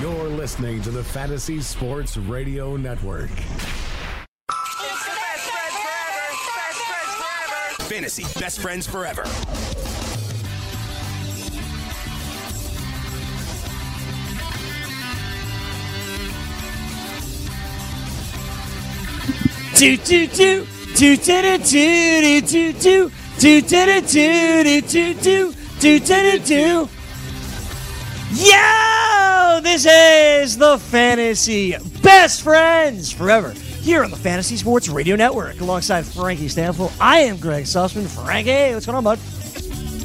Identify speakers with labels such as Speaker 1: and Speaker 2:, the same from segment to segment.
Speaker 1: You're listening to the Fantasy Sports Radio Network.
Speaker 2: Fantasy Best Friends Forever.
Speaker 3: Two two two two two two two two two two two two two two two two two two. Yo! This is the Fantasy Best Friends Forever here on the Fantasy Sports Radio Network. Alongside Frankie Stanfield, I am Greg Sussman. Frankie, what's going on, bud?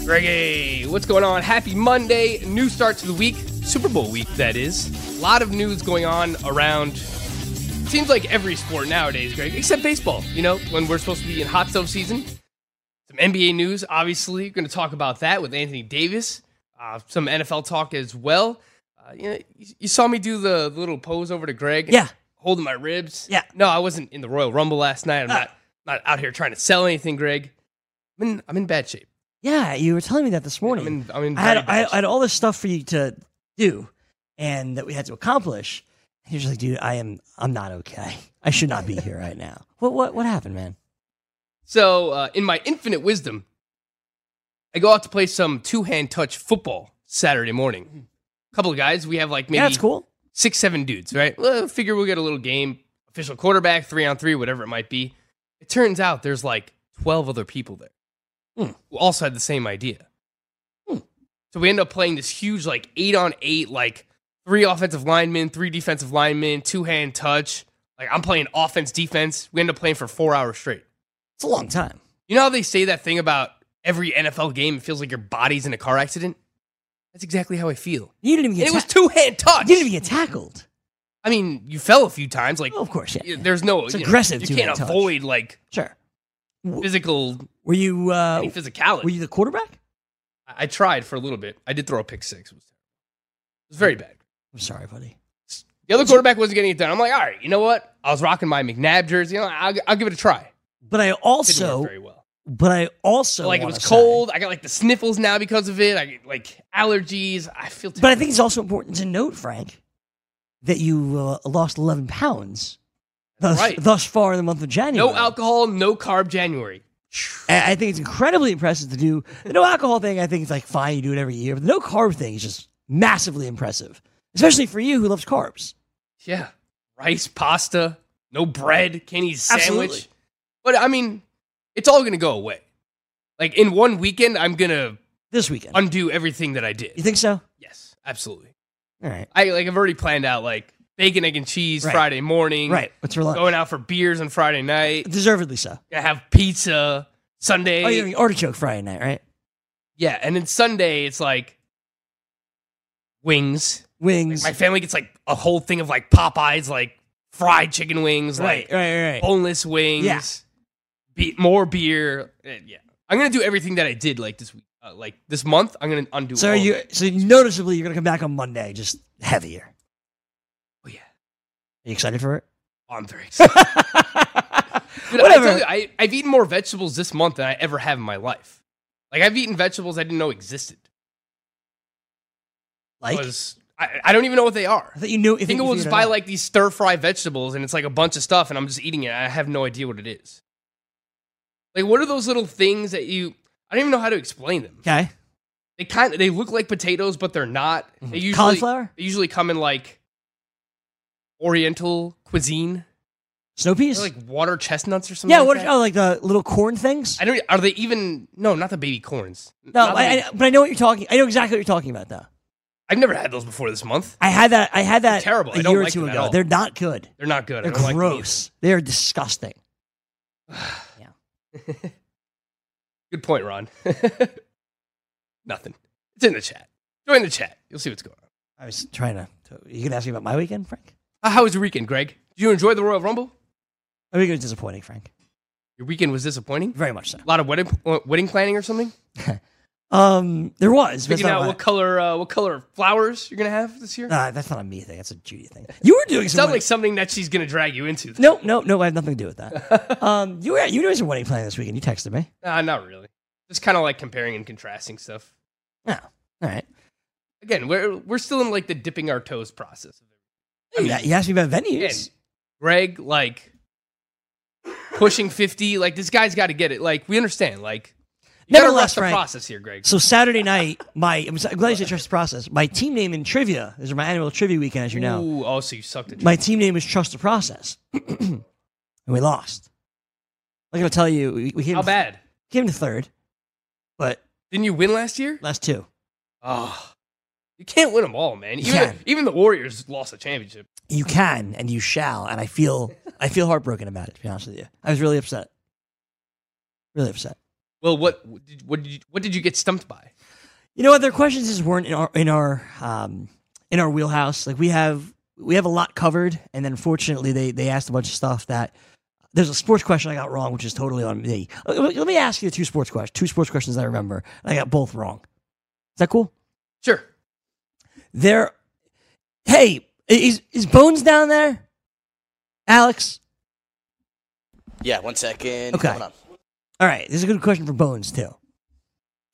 Speaker 4: Greggy, what's going on? Happy Monday. New start to the week. Super Bowl week, that is. A lot of news going on around. Seems like every sport nowadays, Greg, except baseball. You know, when we're supposed to be in hot stove season. Some NBA news, obviously. Going to talk about that with Anthony Davis. Uh, some NFL talk as well. Uh, you, know, you, you saw me do the, the little pose over to Greg.
Speaker 3: Yeah.
Speaker 4: Holding my ribs.
Speaker 3: Yeah.
Speaker 4: No, I wasn't in the Royal Rumble last night. I'm
Speaker 3: Ah.
Speaker 4: not, not out here trying to sell anything, Greg. I'm in, I'm in bad shape.
Speaker 3: Yeah, you were telling me that this morning.
Speaker 4: I'm in, I'm in
Speaker 3: I had
Speaker 4: very bad
Speaker 3: I,
Speaker 4: shape.
Speaker 3: I had all this stuff for you to do, and that we had to accomplish. And you're just like, dude, I am I'm not okay. I should not be here right now. What what what happened, man?
Speaker 4: So, uh, in my infinite wisdom, I go out to play some two hand touch football Saturday morning. A couple of guys, we have like maybe
Speaker 3: yeah, that's cool.
Speaker 4: six, seven dudes, right? Well, figure we'll get a little game, official quarterback, three on three, whatever it might be. It turns out there's like 12 other people there
Speaker 3: Hmm.
Speaker 4: who also had the same idea.
Speaker 3: Hmm.
Speaker 4: So we end up playing this huge, like eight on eight, like three offensive linemen, three defensive linemen, two hand touch. Like I'm playing offense, defense. We end up playing for four hours straight.
Speaker 3: It's a long time.
Speaker 4: You know how they say that thing about every NFL game, it feels like your body's in a car accident? That's exactly how I feel.
Speaker 3: You didn't even
Speaker 4: And
Speaker 3: get
Speaker 4: it was
Speaker 3: ta-
Speaker 4: two hand touch.
Speaker 3: you didn't even get tackled.
Speaker 4: I mean, you fell a few times. Like,
Speaker 3: Oh, of course, yeah.
Speaker 4: y- there's no.
Speaker 3: It's
Speaker 4: you know,
Speaker 3: aggressive
Speaker 4: you can't
Speaker 3: two-hand touch.
Speaker 4: avoid, like,
Speaker 3: Sure. W-
Speaker 4: physical.
Speaker 3: Were you uh,
Speaker 4: any physicality.
Speaker 3: were you the quarterback?
Speaker 4: I I tried for a little bit. I did throw a pick six. It was, it was very
Speaker 3: Mm.
Speaker 4: bad.
Speaker 3: I'm sorry, buddy.
Speaker 4: The other quarterback wasn't getting it done. I'm like, all right, you know what? I was rocking my McNabb jersey. You know, I'll, I'll give it a try.
Speaker 3: But I
Speaker 4: Didn't work
Speaker 3: also
Speaker 4: very well.
Speaker 3: but I also
Speaker 4: like it
Speaker 3: wanna
Speaker 4: was
Speaker 3: say-
Speaker 4: cold. I got like the sniffles now because of it. I get like allergies. I feel.
Speaker 3: But I think it's also important to note, Frank, that you uh, lost 11 pounds thus,
Speaker 4: Right.
Speaker 3: thus far in the month of January.
Speaker 4: No alcohol, no carb January.
Speaker 3: I I think it's incredibly impressive to do the no alcohol thing. I think it's like fine, you do it every year, but the no carb thing is just massively impressive, especially for you who loves carbs.
Speaker 4: Yeah. Rice, pasta, no bread, can't eat a sandwich.
Speaker 3: Absolutely.
Speaker 4: But I mean, it's all going to go away. Like in one weekend, I'm going to
Speaker 3: This weekend,
Speaker 4: undo everything that I
Speaker 3: you
Speaker 4: did.
Speaker 3: think so?
Speaker 4: Yes, absolutely.
Speaker 3: All right,
Speaker 4: I like I've already planned out like bacon, egg and cheese
Speaker 3: Right.
Speaker 4: Friday morning.
Speaker 3: right. What's for lunch?
Speaker 4: Going out for beers on Friday night.
Speaker 3: Deservedly so.
Speaker 4: Gonna have pizza Sunday.
Speaker 3: Oh, you're having artichoke Friday night, right?
Speaker 4: yeah, and then Sunday it's like wings. Like,
Speaker 3: Wings,
Speaker 4: my family gets like a whole thing of like Popeyes, like fried chicken wings,
Speaker 3: right,
Speaker 4: like
Speaker 3: right, right, right.
Speaker 4: boneless wings,
Speaker 3: Yeah.
Speaker 4: be- more beer. eh, Yeah, I'm gonna do everything that I did like this week, uh, like this month. I'm gonna undo.
Speaker 3: So
Speaker 4: all
Speaker 3: are
Speaker 4: of
Speaker 3: you,
Speaker 4: it.
Speaker 3: so noticeably, you're gonna come back on Monday just heavier.
Speaker 4: Oh, yeah.
Speaker 3: Are you excited for it?
Speaker 4: Oh, I'm very excited. Dude, I
Speaker 3: Whatever.
Speaker 4: tell you, I, I've eaten more vegetables this month than I ever have in my life. Like I've eaten vegetables I didn't know existed.
Speaker 3: like,
Speaker 4: was I, I don't even know what they are.
Speaker 3: I thought you knew.
Speaker 4: I think
Speaker 3: you
Speaker 4: we'll
Speaker 3: figured
Speaker 4: just
Speaker 3: it
Speaker 4: buy
Speaker 3: out.
Speaker 4: like these stir fry vegetables and it's like a bunch of stuff and I'm just eating it. I have no idea what it is. Like what are those little things that you I don't even know how to explain them.
Speaker 3: okay,
Speaker 4: they kind of they look like potatoes, but they're not. They usually
Speaker 3: Mm-hmm. Cauliflower?
Speaker 4: They usually come in like Oriental cuisine,
Speaker 3: snow peas.
Speaker 4: They're like water chestnuts or something.
Speaker 3: yeah,
Speaker 4: like
Speaker 3: what?
Speaker 4: that.
Speaker 3: Oh, like the little corn things.
Speaker 4: I don't. e, Are they even? No, not the baby corns.
Speaker 3: No,
Speaker 4: Not the
Speaker 3: I,
Speaker 4: baby-
Speaker 3: I, but I know what you're talking. I know exactly what you're talking about, though.
Speaker 4: I've never had those before this month.
Speaker 3: I had that. I had that
Speaker 4: They're terrible.
Speaker 3: a
Speaker 4: I
Speaker 3: year
Speaker 4: don't
Speaker 3: or
Speaker 4: like
Speaker 3: two
Speaker 4: them at
Speaker 3: ago.
Speaker 4: all.
Speaker 3: They're not good.
Speaker 4: They're not good.
Speaker 3: They're
Speaker 4: I don't like them either.
Speaker 3: gross. They're disgusting.
Speaker 4: good point, Ron. Nothing. It's in the chat. Join the chat. You'll see what's going on.
Speaker 3: I was trying to. You gonna ask me about my weekend, Frank?
Speaker 4: Uh, How was your weekend, Greg? Did you enjoy the Royal Rumble?
Speaker 3: My weekend was disappointing, Frank.
Speaker 4: Your weekend was disappointing.
Speaker 3: Very much so.
Speaker 4: A lot of wedding uh, wedding planning or something.
Speaker 3: Um, there was. but it's
Speaker 4: Figuring
Speaker 3: not
Speaker 4: out
Speaker 3: my-
Speaker 4: what color uh, what color flowers you're gonna have this year.
Speaker 3: Nah, that's not a me thing. That's a Judy thing. You were doing some.
Speaker 4: Sounds
Speaker 3: wedding-
Speaker 4: like something that she's gonna drag you into.
Speaker 3: no, no, no. I have nothing to do with that. um, you were you were doing some wedding planning this weekend. You texted me.
Speaker 4: Nah, not really. Just kind of like comparing and contrasting stuff.
Speaker 3: No. All right.
Speaker 4: Again, we're we're still in like the dipping our toes process. I mean,
Speaker 3: you, you asked me about
Speaker 4: Again,
Speaker 3: venues.
Speaker 4: Greg, like pushing fifty, like this guy's got to get it. Like we understand, like you gotta
Speaker 3: Nevertheless,
Speaker 4: rush the
Speaker 3: Frank.
Speaker 4: process here, Greg.
Speaker 3: So Saturday night, my I'm so- I'm glad you said trust the process. My team name in trivia this is my annual trivia weekend, as you know.
Speaker 4: Ooh, oh, so you sucked at
Speaker 3: My team name is Trust the Process, and we lost. I'm gonna tell you, we, we came
Speaker 4: How bad?
Speaker 3: came to third, but
Speaker 4: Didn't you win last year?
Speaker 3: last two.
Speaker 4: Oh, you can't win them all, man. Even,
Speaker 3: Yeah.
Speaker 4: even the Warriors lost a championship.
Speaker 3: You can and you shall, and I feel I feel heartbroken about it. To be honest with you, I was really upset, really upset.
Speaker 4: Well, what did what did you, what did you get stumped by?
Speaker 3: You know what? Their questions just weren't in our in our um, in our wheelhouse. Like we have we have a lot covered, and then fortunately they they asked a bunch of stuff that there's a sports question I got wrong, which is totally on me. Let let me ask you two sports questions. Two sports questions I remember. and I got both wrong. Is that cool?
Speaker 4: Sure.
Speaker 3: There. Hey, is is Bones down there? Alex.
Speaker 2: Yeah, one second.
Speaker 3: Okay.
Speaker 2: Coming up.
Speaker 3: All right, this is a good question for Bones too.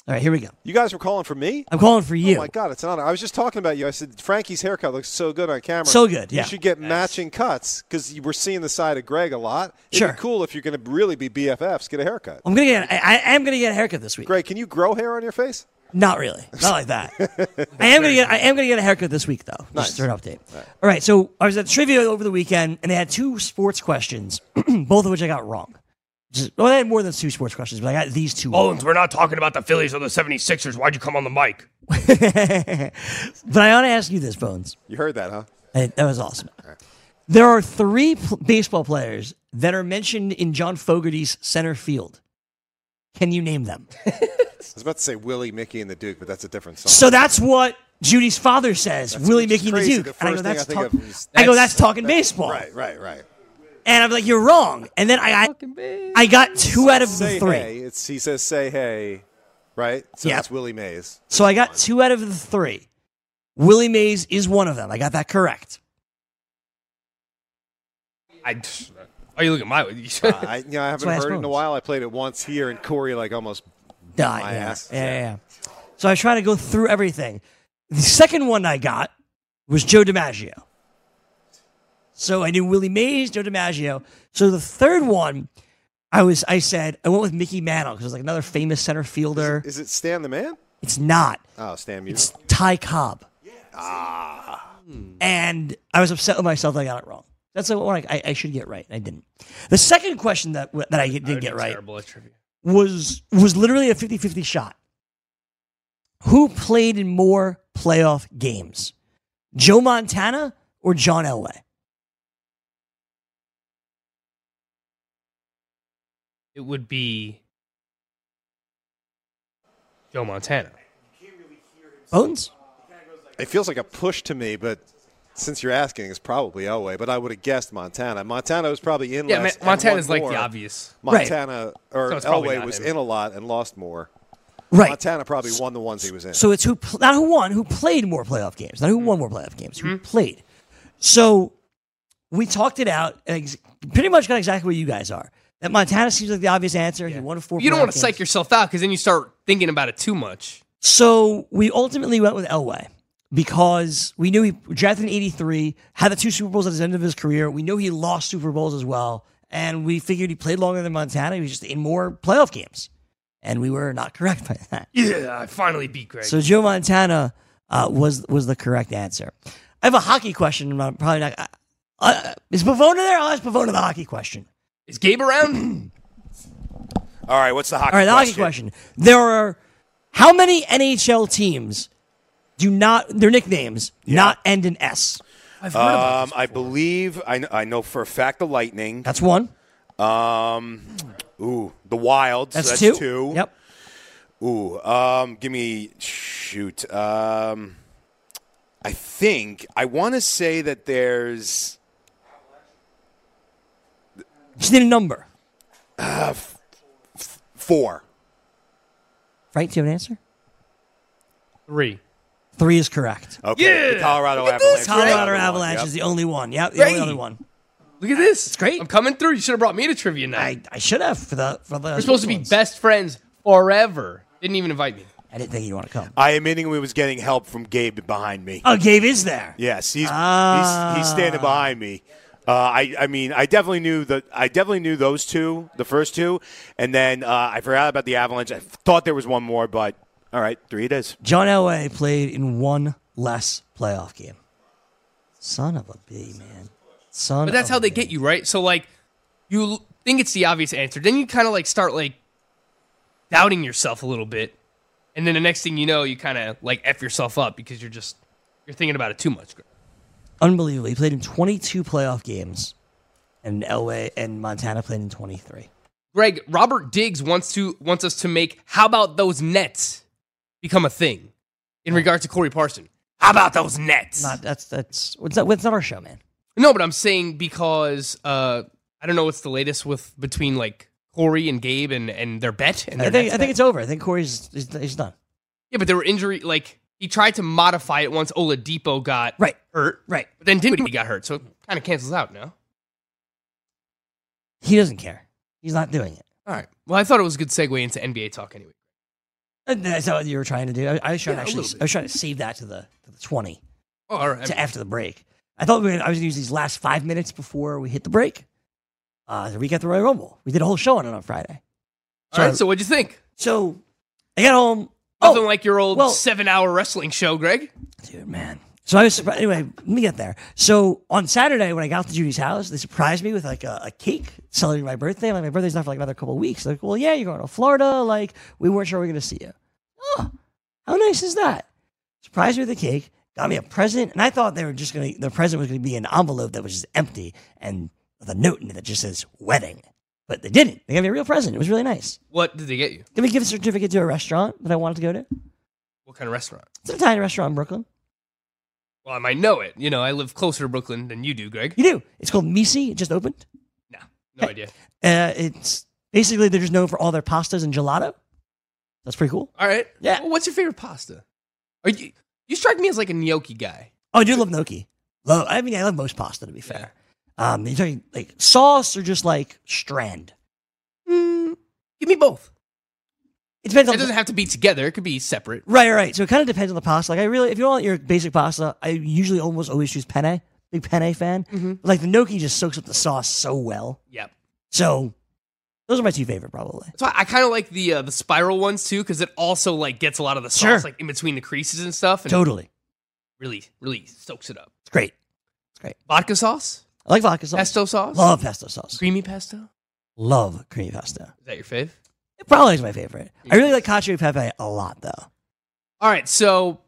Speaker 3: All right, here we go.
Speaker 5: You guys were calling for me?
Speaker 3: I'm calling for you.
Speaker 5: Oh my god, it's an honor. I was just talking about you. I said Frankie's haircut looks so good on camera.
Speaker 3: So good, yeah.
Speaker 5: You should get matching cuts because we're seeing the side of Greg a lot. It'd
Speaker 3: Sure. Oh
Speaker 5: be cool if you're going to really be BFFs. Get a haircut.
Speaker 3: I'm gonna get. I, I am gonna get a haircut this week.
Speaker 5: Greg, can you grow hair on your face?
Speaker 3: Not really. Not like that. I am gonna get I am gonna get a haircut this week though. Just
Speaker 5: Nice.
Speaker 3: for an update. All right, so I was at trivia over the weekend and they had two sports questions, both of which I got wrong. Just, well, they had more than two sports questions, but I got these two. wrong.
Speaker 4: Bones, we're not talking about the Phillies or the 76ers. Why'd you come on the mic?
Speaker 3: but I want to ask you this, Bones.
Speaker 5: You heard that, huh?
Speaker 3: Hey, that was awesome. There are three pl- baseball players that are mentioned in John Fogerty's center field. Can you name them?
Speaker 5: I was about to say Willie, Mickey, and the Duke, but that's a different song.
Speaker 3: So that's what Judy's father says. Willie
Speaker 5: which is
Speaker 3: Mickey and the
Speaker 5: crazy.
Speaker 3: Duke.
Speaker 5: The
Speaker 3: and I go,
Speaker 5: first thing
Speaker 3: that's,
Speaker 5: I think
Speaker 3: talk-
Speaker 5: of is-
Speaker 3: I go,
Speaker 4: that's-
Speaker 3: that's talking baseball.
Speaker 5: right, right, right.
Speaker 3: And I'm like, you're wrong. And then I got, I got two out of
Speaker 5: Say
Speaker 3: the three.
Speaker 5: hey. It's, he says say hey, right? So
Speaker 3: Yep.
Speaker 5: that's Willie Mays.
Speaker 3: So I got two out of the three. Willie Mays is one of them. I got that correct.
Speaker 4: I. Oh, you look at my.
Speaker 3: Ah,
Speaker 5: I, you know,
Speaker 3: why I
Speaker 5: I haven't heard
Speaker 3: asked
Speaker 5: it in a
Speaker 3: Bones.
Speaker 5: while. I played it once here, and Corey like almost.
Speaker 3: Duh,
Speaker 5: My
Speaker 3: yeah.
Speaker 5: ass.
Speaker 3: Yeah, yeah, yeah. So I was trying to go through everything. The second one I got was Joe DiMaggio. So I knew Willie Mays, Joe DiMaggio. So the third one, I was I said I went with Mickey Mantle because it was like another famous center fielder.
Speaker 5: Is it Stan the Man?
Speaker 3: It's not.
Speaker 5: Oh, Stan Musial.
Speaker 3: It's Ty Cobb. Ah. And I was upset with myself that I got it wrong. That's the one I, I, I should get right. I didn't. The second question that that I didn't get right
Speaker 4: Terrible at trivia.
Speaker 3: was was literally a 50-50 shot. Who played in more playoff games? Joe Montana or John Elway?
Speaker 4: It would be Joe Montana.
Speaker 3: Bones?
Speaker 5: It feels like a push to me, but since you're asking, it's probably Elway. But I would have guessed Montana. Montana was probably in.
Speaker 4: Yeah,
Speaker 5: less
Speaker 4: Ma-
Speaker 5: and won
Speaker 4: Montana's like
Speaker 5: more.
Speaker 4: the obvious.
Speaker 3: Right.
Speaker 5: Montana or
Speaker 4: So it's probably
Speaker 5: Elway
Speaker 4: not
Speaker 5: was
Speaker 4: him.
Speaker 5: in a lot and lost more.
Speaker 3: Right.
Speaker 5: Montana probably won the ones he was in.
Speaker 3: So it's who pl- not who won, who played more playoff games, not who won more playoff games,
Speaker 4: Mm-hmm.
Speaker 3: who played. So we talked it out, and ex- pretty much got exactly where you guys are. That Montana seems like the obvious answer. He won four.
Speaker 4: You don't
Speaker 3: playoff
Speaker 4: want to
Speaker 3: games.
Speaker 4: psych yourself out because then you start thinking about it too much.
Speaker 3: So we ultimately went with Elway because we knew he drafted in '83, had the two Super Bowls at his end of his career. We knew he lost Super Bowls as well, and we figured he played longer than Montana. He was just in more playoff games, and we were not correct by that.
Speaker 4: Yeah, I finally beat Greg.
Speaker 3: So Joe Montana uh, was was the correct answer. I have a hockey question. and I'm probably not. Uh, uh, is Pavona there? I'll ask Pavona the hockey question.
Speaker 4: Is Gabe around?
Speaker 6: All right, what's the hockey
Speaker 3: All right, the
Speaker 6: question?
Speaker 3: hockey question. There are how many NHL teams do not their nicknames not end in S?
Speaker 4: I've heard about
Speaker 6: Um, I believe I know, I know for a fact the Lightning.
Speaker 3: That's one.
Speaker 6: Um, ooh, the Wild.
Speaker 3: That's,
Speaker 6: so
Speaker 3: two.
Speaker 6: that's
Speaker 3: Yep.
Speaker 6: Ooh, um, give me shoot. Um,
Speaker 2: I think I want to say that there's
Speaker 3: Just need a number.
Speaker 2: four.
Speaker 3: Right? Do you have an answer?
Speaker 4: Three.
Speaker 3: Three is correct.
Speaker 5: Oh,
Speaker 2: Okay, the
Speaker 4: Yeah!
Speaker 2: Colorado
Speaker 4: Look at
Speaker 2: Avalanche.
Speaker 4: this,
Speaker 3: Colorado
Speaker 2: Yep.
Speaker 3: Avalanche is the only one. Yeah, the only
Speaker 4: Great.
Speaker 3: other one.
Speaker 4: Look at this. It's
Speaker 3: great.
Speaker 4: I'm coming through. You should have brought me to trivia night.
Speaker 3: I, I should have for the for the.
Speaker 4: We're supposed to be best friends forever. Didn't even invite me.
Speaker 3: I didn't think you'd want to come.
Speaker 2: I am admitting we was getting help from Gabe behind me.
Speaker 3: Oh, Gabe is there.
Speaker 2: Yes, he's,
Speaker 3: Ah.
Speaker 2: he's he's standing behind me. Uh, I I mean I definitely knew that I definitely knew those two, the first two, and then uh, I forgot about the Avalanche. I thought there was one more, but all right, three it is.
Speaker 3: John Elway played in one less playoff game. Son of a b man. Son.
Speaker 4: But that's
Speaker 3: of
Speaker 4: how
Speaker 3: a
Speaker 4: they
Speaker 3: bee.
Speaker 4: get you, right? So like, you l- think it's the obvious answer, then you kind of like start like doubting yourself a little bit, and then the next thing you know, you kind of like f yourself up because you're just you're thinking about it too much.
Speaker 3: Unbelievable. He played in 22 playoff games, and Elway and Montana played in 23.
Speaker 4: Greg, Robert Diggs wants to wants us to make how about those nets become a thing in regard to Corey Parson. How about those nets?
Speaker 3: Not, that's that's what's that? What's not our show, man?
Speaker 4: no, but I'm saying because uh I don't know what's the latest with between like Corey and Gabe and and their bet and
Speaker 3: I
Speaker 4: their
Speaker 3: think
Speaker 4: Nets
Speaker 3: I think
Speaker 4: bet.
Speaker 3: it's over. I think Corey's he's, he's done.
Speaker 4: yeah, but there were injury like he tried to modify it once Oladipo got
Speaker 3: Right.
Speaker 4: hurt,
Speaker 3: Right.
Speaker 4: but then Dinwiddie got hurt, so it kind of cancels out now.
Speaker 3: He doesn't care. He's not doing it.
Speaker 4: All right. Well, I thought it was a good segue into NBA talk anyway.
Speaker 3: And That's not what you were trying to do. I, I was trying
Speaker 4: Yeah, a
Speaker 3: to actually.
Speaker 4: little bit.
Speaker 3: I was trying to save that to the to the twenty
Speaker 4: Oh, all right.
Speaker 3: to after the break. I thought we were, I was going to use these last five minutes before we hit the break. Uh, to recap the Royal Rumble. We did a whole show on it on Friday.
Speaker 4: all right. So what'd you think?
Speaker 3: So I got home.
Speaker 4: Nothing
Speaker 3: oh,
Speaker 4: like your old
Speaker 3: well-
Speaker 4: seven-hour wrestling show, Greg.
Speaker 3: dude, man. So I was surprised. Anyway, let me get there. So on Saturday, when I got to Judy's house, they surprised me with like a, a cake celebrating my birthday. Like my birthday's not for like another couple of weeks. They're like, well, yeah, you're going to Florida. Like we weren't sure we were going to see you. Oh, how nice is that? Surprised me with a cake. Got me a present, and I thought they were just going to. The present was going to be an envelope that was just empty and with a note in it that just says wedding. But they didn't. They gave me a real present. It was really nice.
Speaker 4: What did they get you?
Speaker 3: Did we give a certificate to a restaurant that I wanted to go to?
Speaker 4: What kind of restaurant?
Speaker 3: It's an Italian restaurant in Brooklyn.
Speaker 4: Well, I might know it. You know, I live closer to Brooklyn than you do, Greg.
Speaker 3: You do. It's called Misi. It just opened.
Speaker 4: No, no idea.
Speaker 3: Uh, it's basically they're just known for all their pastas and gelato. That's pretty cool.
Speaker 4: All right.
Speaker 3: Yeah.
Speaker 4: Well, what's your favorite pasta? Are you you strike me as like a gnocchi guy.
Speaker 3: Oh, I do love gnocchi. Love. I mean, I love most pasta to be fair. Um, you're talking like sauce or just like strand.
Speaker 4: Mm, give me both.
Speaker 3: It depends on
Speaker 4: It doesn't have to be together. It could be separate.
Speaker 3: right, right. So it kind of depends on the pasta. Like I really, if you want your basic pasta, I usually almost always choose penne. Big penne fan.
Speaker 4: Mm-hmm.
Speaker 3: Like the gnocchi just soaks up the sauce so well.
Speaker 4: Yep.
Speaker 3: So those are my two favorite probably.
Speaker 4: So I, I kind of like the uh, the spiral ones too, because it also like gets a lot of the sauce
Speaker 3: Sure.
Speaker 4: like in between the creases and stuff, and
Speaker 3: Totally,
Speaker 4: really really soaks it up.
Speaker 3: it's great.
Speaker 4: Vodka sauce,
Speaker 3: I like vodka sauce.
Speaker 4: pesto sauce,
Speaker 3: Love pesto sauce.
Speaker 4: creamy pesto.
Speaker 3: Love creamy pasta.
Speaker 4: Is that your fave?
Speaker 3: It probably is my favorite. I really like cacio e pepe a lot, though.
Speaker 4: All right. So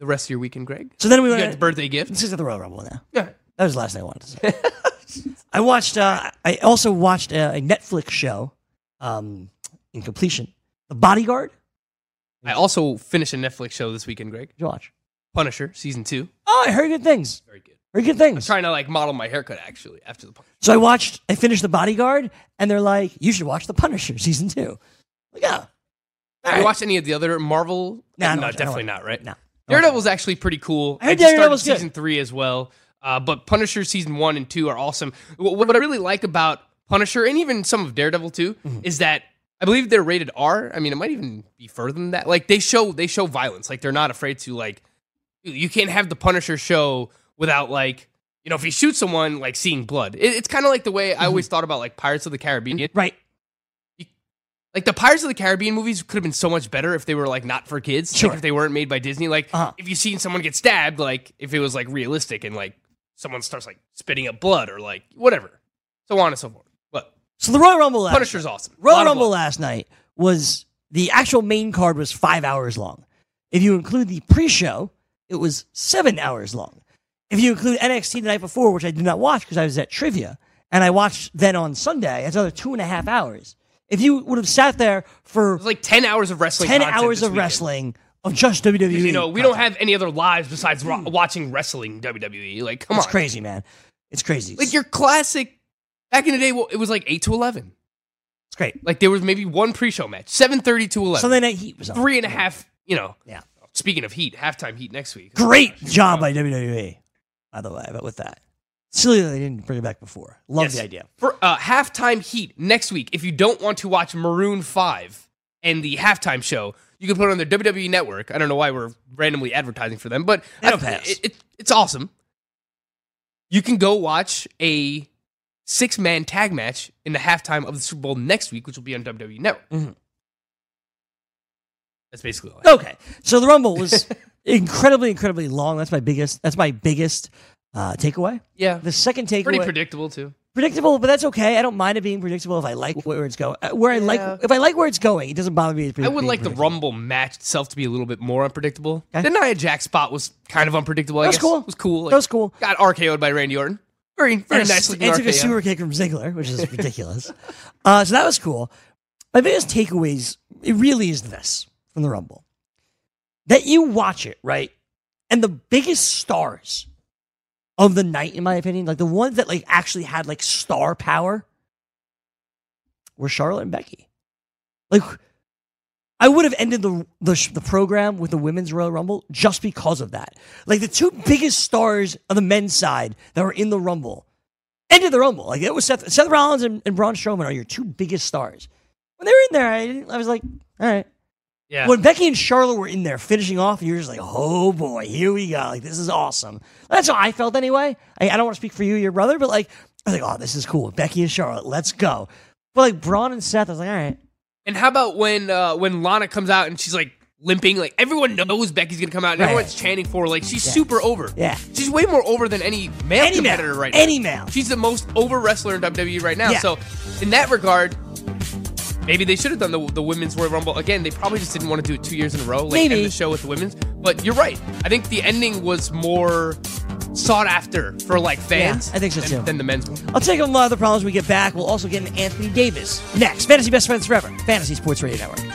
Speaker 4: the rest of your weekend, Greg.
Speaker 3: So uh, then we
Speaker 4: You
Speaker 3: went.
Speaker 4: got the birthday gift.
Speaker 3: This is at the Royal Rumble now.
Speaker 4: Yeah.
Speaker 3: That was the last thing I wanted to say. I watched. Uh, I also watched uh, a, a Netflix show, um, in completion, The Bodyguard. Did
Speaker 4: I also finished a Netflix show this weekend, Greg.
Speaker 3: you watch?
Speaker 4: Punisher season two.
Speaker 3: Oh, I heard good things.
Speaker 4: Very good.
Speaker 3: Heard good things.
Speaker 4: Trying to like model my haircut actually after the Punisher.
Speaker 3: So I watched. I finished The Bodyguard, and they're like, "You should watch The Punisher season two. Like, oh,
Speaker 4: Have you watched any of the other Marvel?
Speaker 3: Nah, I don't
Speaker 4: no,
Speaker 3: watch it. I don't
Speaker 4: definitely
Speaker 3: watch it.
Speaker 4: not. Right?
Speaker 3: No. I don't
Speaker 4: Daredevil's actually pretty cool.
Speaker 3: I heard
Speaker 4: just started
Speaker 3: Daredevil's good.
Speaker 4: season three as well. Uh, but Punisher season one and two are awesome. What, what I really like about Punisher and even some of Daredevil too
Speaker 3: Mm-hmm.
Speaker 4: is that I believe they're rated R. I mean, it might even be further than that. Like they show they show violence. Like they're not afraid to like. you- You can't have the Punisher show without like. You know, if he shoots someone, like seeing blood, it, it's kind of like the way
Speaker 3: Mm-hmm.
Speaker 4: I always thought about like Pirates of the Caribbean.
Speaker 3: right,
Speaker 4: Like the Pirates of the Caribbean movies could have been so much better if they were like not for kids, like,
Speaker 3: Sure.
Speaker 4: if they weren't made by Disney. Like
Speaker 3: Uh-huh.
Speaker 4: if you seen someone get stabbed, like if it was like realistic and like someone starts like spitting up blood or like whatever, so on and so forth. But
Speaker 3: So the Royal Rumble. Last
Speaker 4: Punisher's awesome.
Speaker 3: Royal
Speaker 4: Lot of
Speaker 3: Rumble
Speaker 4: blood.
Speaker 3: last night was the actual main card was five hours long. If you include the pre-show, it was seven hours long. If you include NXT the night before, which I did not watch because I was at trivia, and I watched then on Sunday, that's another two and a half hours. If you would have sat there for
Speaker 4: it was like ten hours of wrestling.
Speaker 3: ten
Speaker 4: content
Speaker 3: hours
Speaker 4: this
Speaker 3: of
Speaker 4: weekend.
Speaker 3: wrestling of just E WWE.
Speaker 4: You know, we don't have any other lives besides ro- watching wrestling WWE. E. Like, come
Speaker 3: It's
Speaker 4: on.
Speaker 3: Hmm. crazy, man. It's crazy.
Speaker 4: Like your classic back in the day, well, it was like eight to eleven.
Speaker 3: it's great.
Speaker 4: Like there was maybe one pre-show match, seven thirty to eleven.
Speaker 3: Sunday Night Heat was on.
Speaker 4: three and a half. You know.
Speaker 3: Yeah.
Speaker 4: Speaking of heat, halftime heat next week.
Speaker 3: Great job by WWE, by the way. But with that, silly that they didn't bring it back before. Love
Speaker 4: Yes.
Speaker 3: the idea.
Speaker 4: For uh, halftime heat next week, if you don't want to watch Maroon Five and the halftime show, you can put it on their WWE E Network. I don't know why we're randomly advertising for them, but I
Speaker 3: That'll
Speaker 4: don't-
Speaker 3: pass.
Speaker 4: It, it, it's awesome. You can go watch a six-man tag match in the halftime of the Super Bowl next week, which will be on WWE Network.
Speaker 3: Mhm.
Speaker 4: That's basically all. I
Speaker 3: Okay, so the Rumble was incredibly, incredibly long. That's my biggest. That's my biggest uh, takeaway.
Speaker 4: yeah,
Speaker 3: The second takeaway,
Speaker 4: pretty predictable too.
Speaker 3: predictable, but that's okay. I don't mind it being predictable if I like where it's going. Where I
Speaker 4: Yeah.
Speaker 3: like, if I like where it's going, it doesn't bother me.
Speaker 4: I would like the Rumble match itself to be a little bit more unpredictable.
Speaker 3: Okay.
Speaker 4: The Nia Jax spot was kind of unpredictable. I
Speaker 3: That was
Speaker 4: guess.
Speaker 3: cool.
Speaker 4: It was cool.
Speaker 3: That was cool.
Speaker 4: Got RKO'd by Randy Orton. Very, very
Speaker 3: and
Speaker 4: nice
Speaker 3: it
Speaker 4: looking
Speaker 3: took
Speaker 4: RKO.
Speaker 3: a super kick from Ziggler, which is ridiculous. uh, so that was cool. My biggest takeaways, it really is this from the Rumble that you watch it, right? And the biggest stars of the night, in my opinion, like the ones that like actually had like star power were Charlotte and Becky. Like, I would have ended the, the sh- the program with the women's Royal Rumble just because of that. Like the two biggest stars of the men's side that were in the Rumble ended the Rumble. Like it was Seth, Seth Rollins and, and Braun Strowman are your two biggest stars. When they were in there, I didn't, I was like, all right.
Speaker 4: Yeah.
Speaker 3: When Becky and Charlotte were in there finishing off, you're just like, oh boy, here we go. Like this is awesome. That's how I felt anyway. I, I don't want to speak for you, or your brother, but like I was like, oh, this is cool. Becky and Charlotte, let's go. But like Braun and Seth, I was like, all right.
Speaker 4: and how about when uh, when Lana comes out and she's like limping? Like everyone knows Becky's gonna come out. and
Speaker 3: Right.
Speaker 4: Everyone's chanting for her. Like she's super over.
Speaker 3: Yeah.
Speaker 4: She's way more over than any male
Speaker 3: Any male.
Speaker 4: competitor right
Speaker 3: Any
Speaker 4: now.
Speaker 3: male.
Speaker 4: She's the most over wrestler in WWE right now.
Speaker 3: Yeah.
Speaker 4: So in that regard. Maybe they should have done the, the women's Royal Rumble again. They probably just didn't want to do it two years in a row, like
Speaker 3: Maybe.
Speaker 4: end the show with the women's. But you're right. I think the ending was more sought after for like fans.
Speaker 3: I think so,
Speaker 4: than,
Speaker 3: too.
Speaker 4: Than the men's one.
Speaker 3: I'll take on a lot of the problems when we get back. We'll also get into Anthony Davis next. Fantasy Best Friends Forever, Fantasy Sports Radio Network.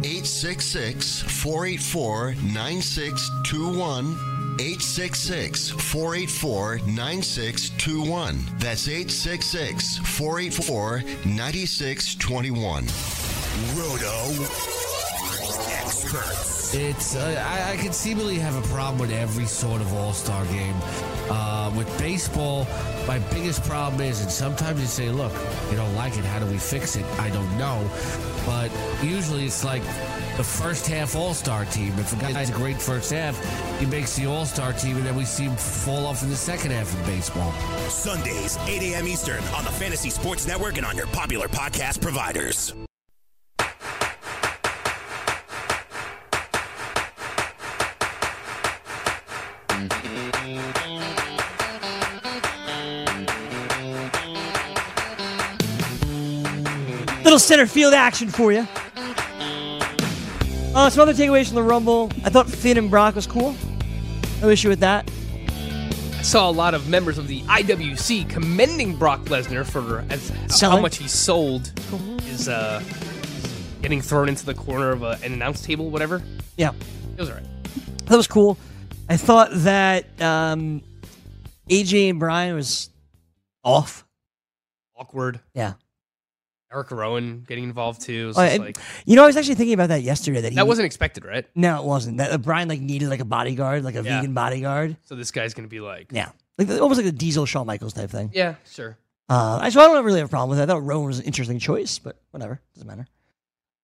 Speaker 7: 866 484 9621. 866 484 9621. That's 866 484 9621.
Speaker 5: Roto experts.
Speaker 1: It's uh, I, I conceivably have a problem with every sort of All Star game. Uh, with baseball, my biggest problem is, and sometimes you say, "Look, you don't like it. How do we fix it?" I don't know, but usually it's like the first half All Star team. If a guy's a great first half, he makes the All Star team, and then we see him fall off in the second half of baseball.
Speaker 5: Sundays, 8 a.m. Eastern on the Fantasy Sports Network and on your popular podcast providers.
Speaker 3: Little center field action for you. Uh, some other takeaways from the Rumble. I thought Finn and Brock was cool. No issue with that.
Speaker 4: I saw a lot of members of the IWC commending Brock Lesnar for as, how
Speaker 3: Selling.
Speaker 4: much he sold his uh, getting thrown into the corner of a, an announce table, whatever.
Speaker 3: Yeah.
Speaker 4: It was all right.
Speaker 3: That was cool. I thought that um, AJ and Brian was off.
Speaker 4: Awkward.
Speaker 3: Yeah.
Speaker 4: Eric Rowan getting involved too. It was
Speaker 3: Oh,
Speaker 4: just
Speaker 3: and-
Speaker 4: like-
Speaker 3: you know, I was actually thinking about that yesterday. That he,
Speaker 4: that wasn't expected, right?
Speaker 3: No, it wasn't. That uh, Brian like needed like a bodyguard, like a
Speaker 4: Yeah.
Speaker 3: vegan bodyguard.
Speaker 4: So this guy's gonna be like,
Speaker 3: Yeah, like almost like a Diesel Shawn Michaels type thing.
Speaker 4: yeah, sure.
Speaker 3: Uh, I- so I don't really have a problem with that. I thought Rowan was an interesting choice, but whatever, doesn't matter.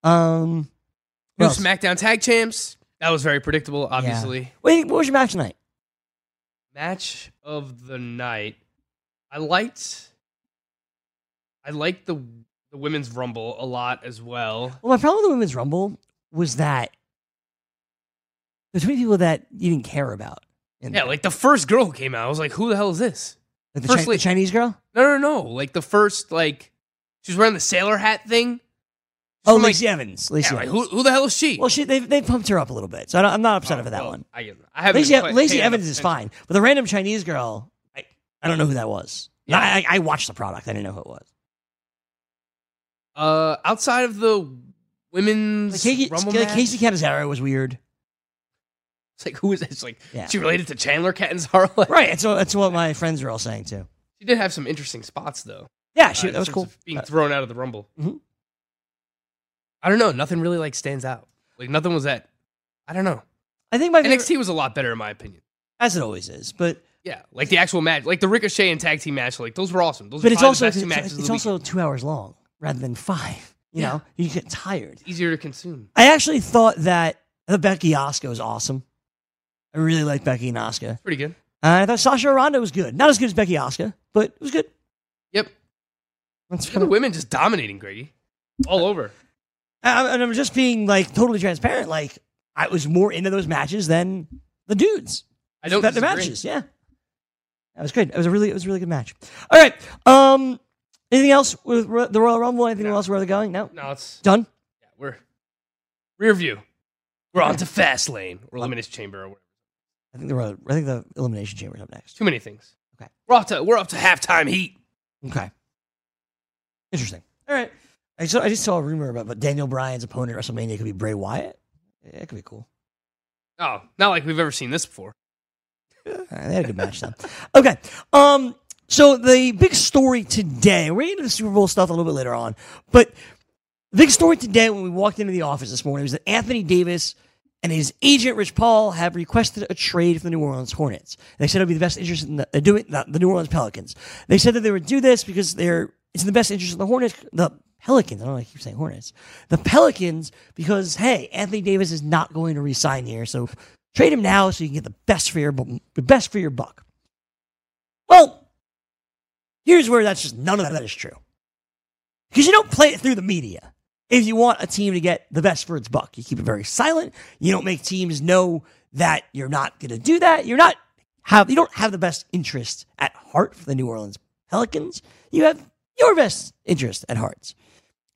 Speaker 3: Um,
Speaker 4: New
Speaker 3: what else?
Speaker 4: SmackDown Tag Champs. That was very predictable, obviously.
Speaker 3: Yeah. Wait, what was your match tonight?
Speaker 4: Match of the night. I liked. I liked the the women's rumble a lot as well.
Speaker 3: Well, my problem with the women's rumble was that there's too many people that you didn't care about. And-
Speaker 4: Yeah, like the first girl who came out, I was like, "Who the hell is this?"
Speaker 3: Like the,
Speaker 4: First
Speaker 3: Chi- the
Speaker 4: lady-
Speaker 3: Chinese girl.
Speaker 4: No, no, no. Like the first, like she was wearing the sailor hat thing.
Speaker 3: Oh,
Speaker 4: from, like-
Speaker 3: Lacey Evans. Lacey
Speaker 4: Yeah, like,
Speaker 3: Evans.
Speaker 4: who, who the hell is she?
Speaker 3: Well, she they they pumped her up a little bit, so I don't, I'm not upset
Speaker 4: Oh,
Speaker 3: over that
Speaker 4: well,
Speaker 3: one.
Speaker 4: I, I haven't.
Speaker 3: Lacey,
Speaker 4: been pla-
Speaker 3: Lacey
Speaker 4: paying
Speaker 3: Evans
Speaker 4: enough
Speaker 3: is fine,
Speaker 4: attention.
Speaker 3: but the random Chinese girl, I, I don't know who that was.
Speaker 4: Yeah.
Speaker 3: I, I I watched the product. I didn't know who it was.
Speaker 4: Uh, outside of the
Speaker 3: Like,
Speaker 4: women's
Speaker 3: Casey,
Speaker 4: rumble
Speaker 3: like,
Speaker 4: match,
Speaker 3: Casey Catanzaro was weird.
Speaker 4: it's like who is this? Like
Speaker 3: Yeah.
Speaker 4: she related to Chandler Catanzaro. Like,
Speaker 3: Right. That's what, that's what my friends were all saying too.
Speaker 4: She did have some interesting spots though.
Speaker 3: Yeah, she,
Speaker 4: uh, in
Speaker 3: that was
Speaker 4: terms
Speaker 3: cool.
Speaker 4: of Being
Speaker 3: Uh,
Speaker 4: thrown out of the rumble.
Speaker 3: Mhm.
Speaker 4: I don't know. Nothing really like stands out. Like nothing was that. I don't know.
Speaker 3: I think my favorite,
Speaker 4: NXT was a lot better in my opinion.
Speaker 3: as it always is, but
Speaker 4: Yeah, like the actual match, like the Ricochet and tag team match, like those were awesome. Those
Speaker 3: but
Speaker 4: were
Speaker 3: it's also
Speaker 4: probably the best
Speaker 3: it's,
Speaker 4: two matches. of
Speaker 3: it's
Speaker 4: the
Speaker 3: also
Speaker 4: weekend.
Speaker 3: two hours long rather than five. You
Speaker 4: Yeah.
Speaker 3: know, you get tired.
Speaker 4: easier to consume.
Speaker 3: I actually thought that I thought Becky Oscar was awesome. I really like Becky and Oscar.
Speaker 4: Pretty good.
Speaker 3: I thought Sasha Ronda was good. Not as good as Becky Oscar, but it was good.
Speaker 4: Yep.
Speaker 3: That's
Speaker 4: The women just dominating Grady, all over.
Speaker 3: I, I- and I'm just being like totally transparent. Like I was more into those matches than the dudes.
Speaker 4: I don't
Speaker 3: that the
Speaker 4: disagree.
Speaker 3: matches. Yeah, that was great. It was a really, it was a really good match. All right. Um, anything else with Ro- the Royal Rumble? Anything else where they're going? No,
Speaker 4: No, it's
Speaker 3: done.
Speaker 4: yeah, we're rear view. We're on to fast lane or elimination chamber or whatever.
Speaker 3: I think the Royal, I think the Elimination Chamber's up next.
Speaker 4: Too many things.
Speaker 3: Okay.
Speaker 4: We're off to we're off to halftime heat.
Speaker 3: Okay. Interesting. All right. I just, I just saw a rumor about but Daniel Bryan's opponent at WrestleMania could be Bray Wyatt. Yeah, That could be cool.
Speaker 4: Oh, not like we've ever seen this before.
Speaker 3: All right, they had a good match though. Okay. Um. So the big story today, we're getting into the Super Bowl stuff a little bit later on, but the big story today when we walked into the office this morning was that Anthony Davis and his agent Rich Paul have requested a trade for the New Orleans Hornets. They said it would be the best interest in the, uh, doing not the New Orleans Pelicans. They said that they would do this because they're it's in the best interest of the Hornets, the Pelicans. I don't know. why I keep saying Hornets, the Pelicans, because hey, Anthony Davis is not going to resign here, so trade him now so you can get the best for your bu- the best for your buck. Well, here's where that's just none of that is true. Because you don't play it through the media. If you want a team to get the best for its buck, you keep it very silent. You don't make teams know that you're not going to do that. You're not have you don't have the best interest at heart for the New Orleans Pelicans. You have your best interest at heart.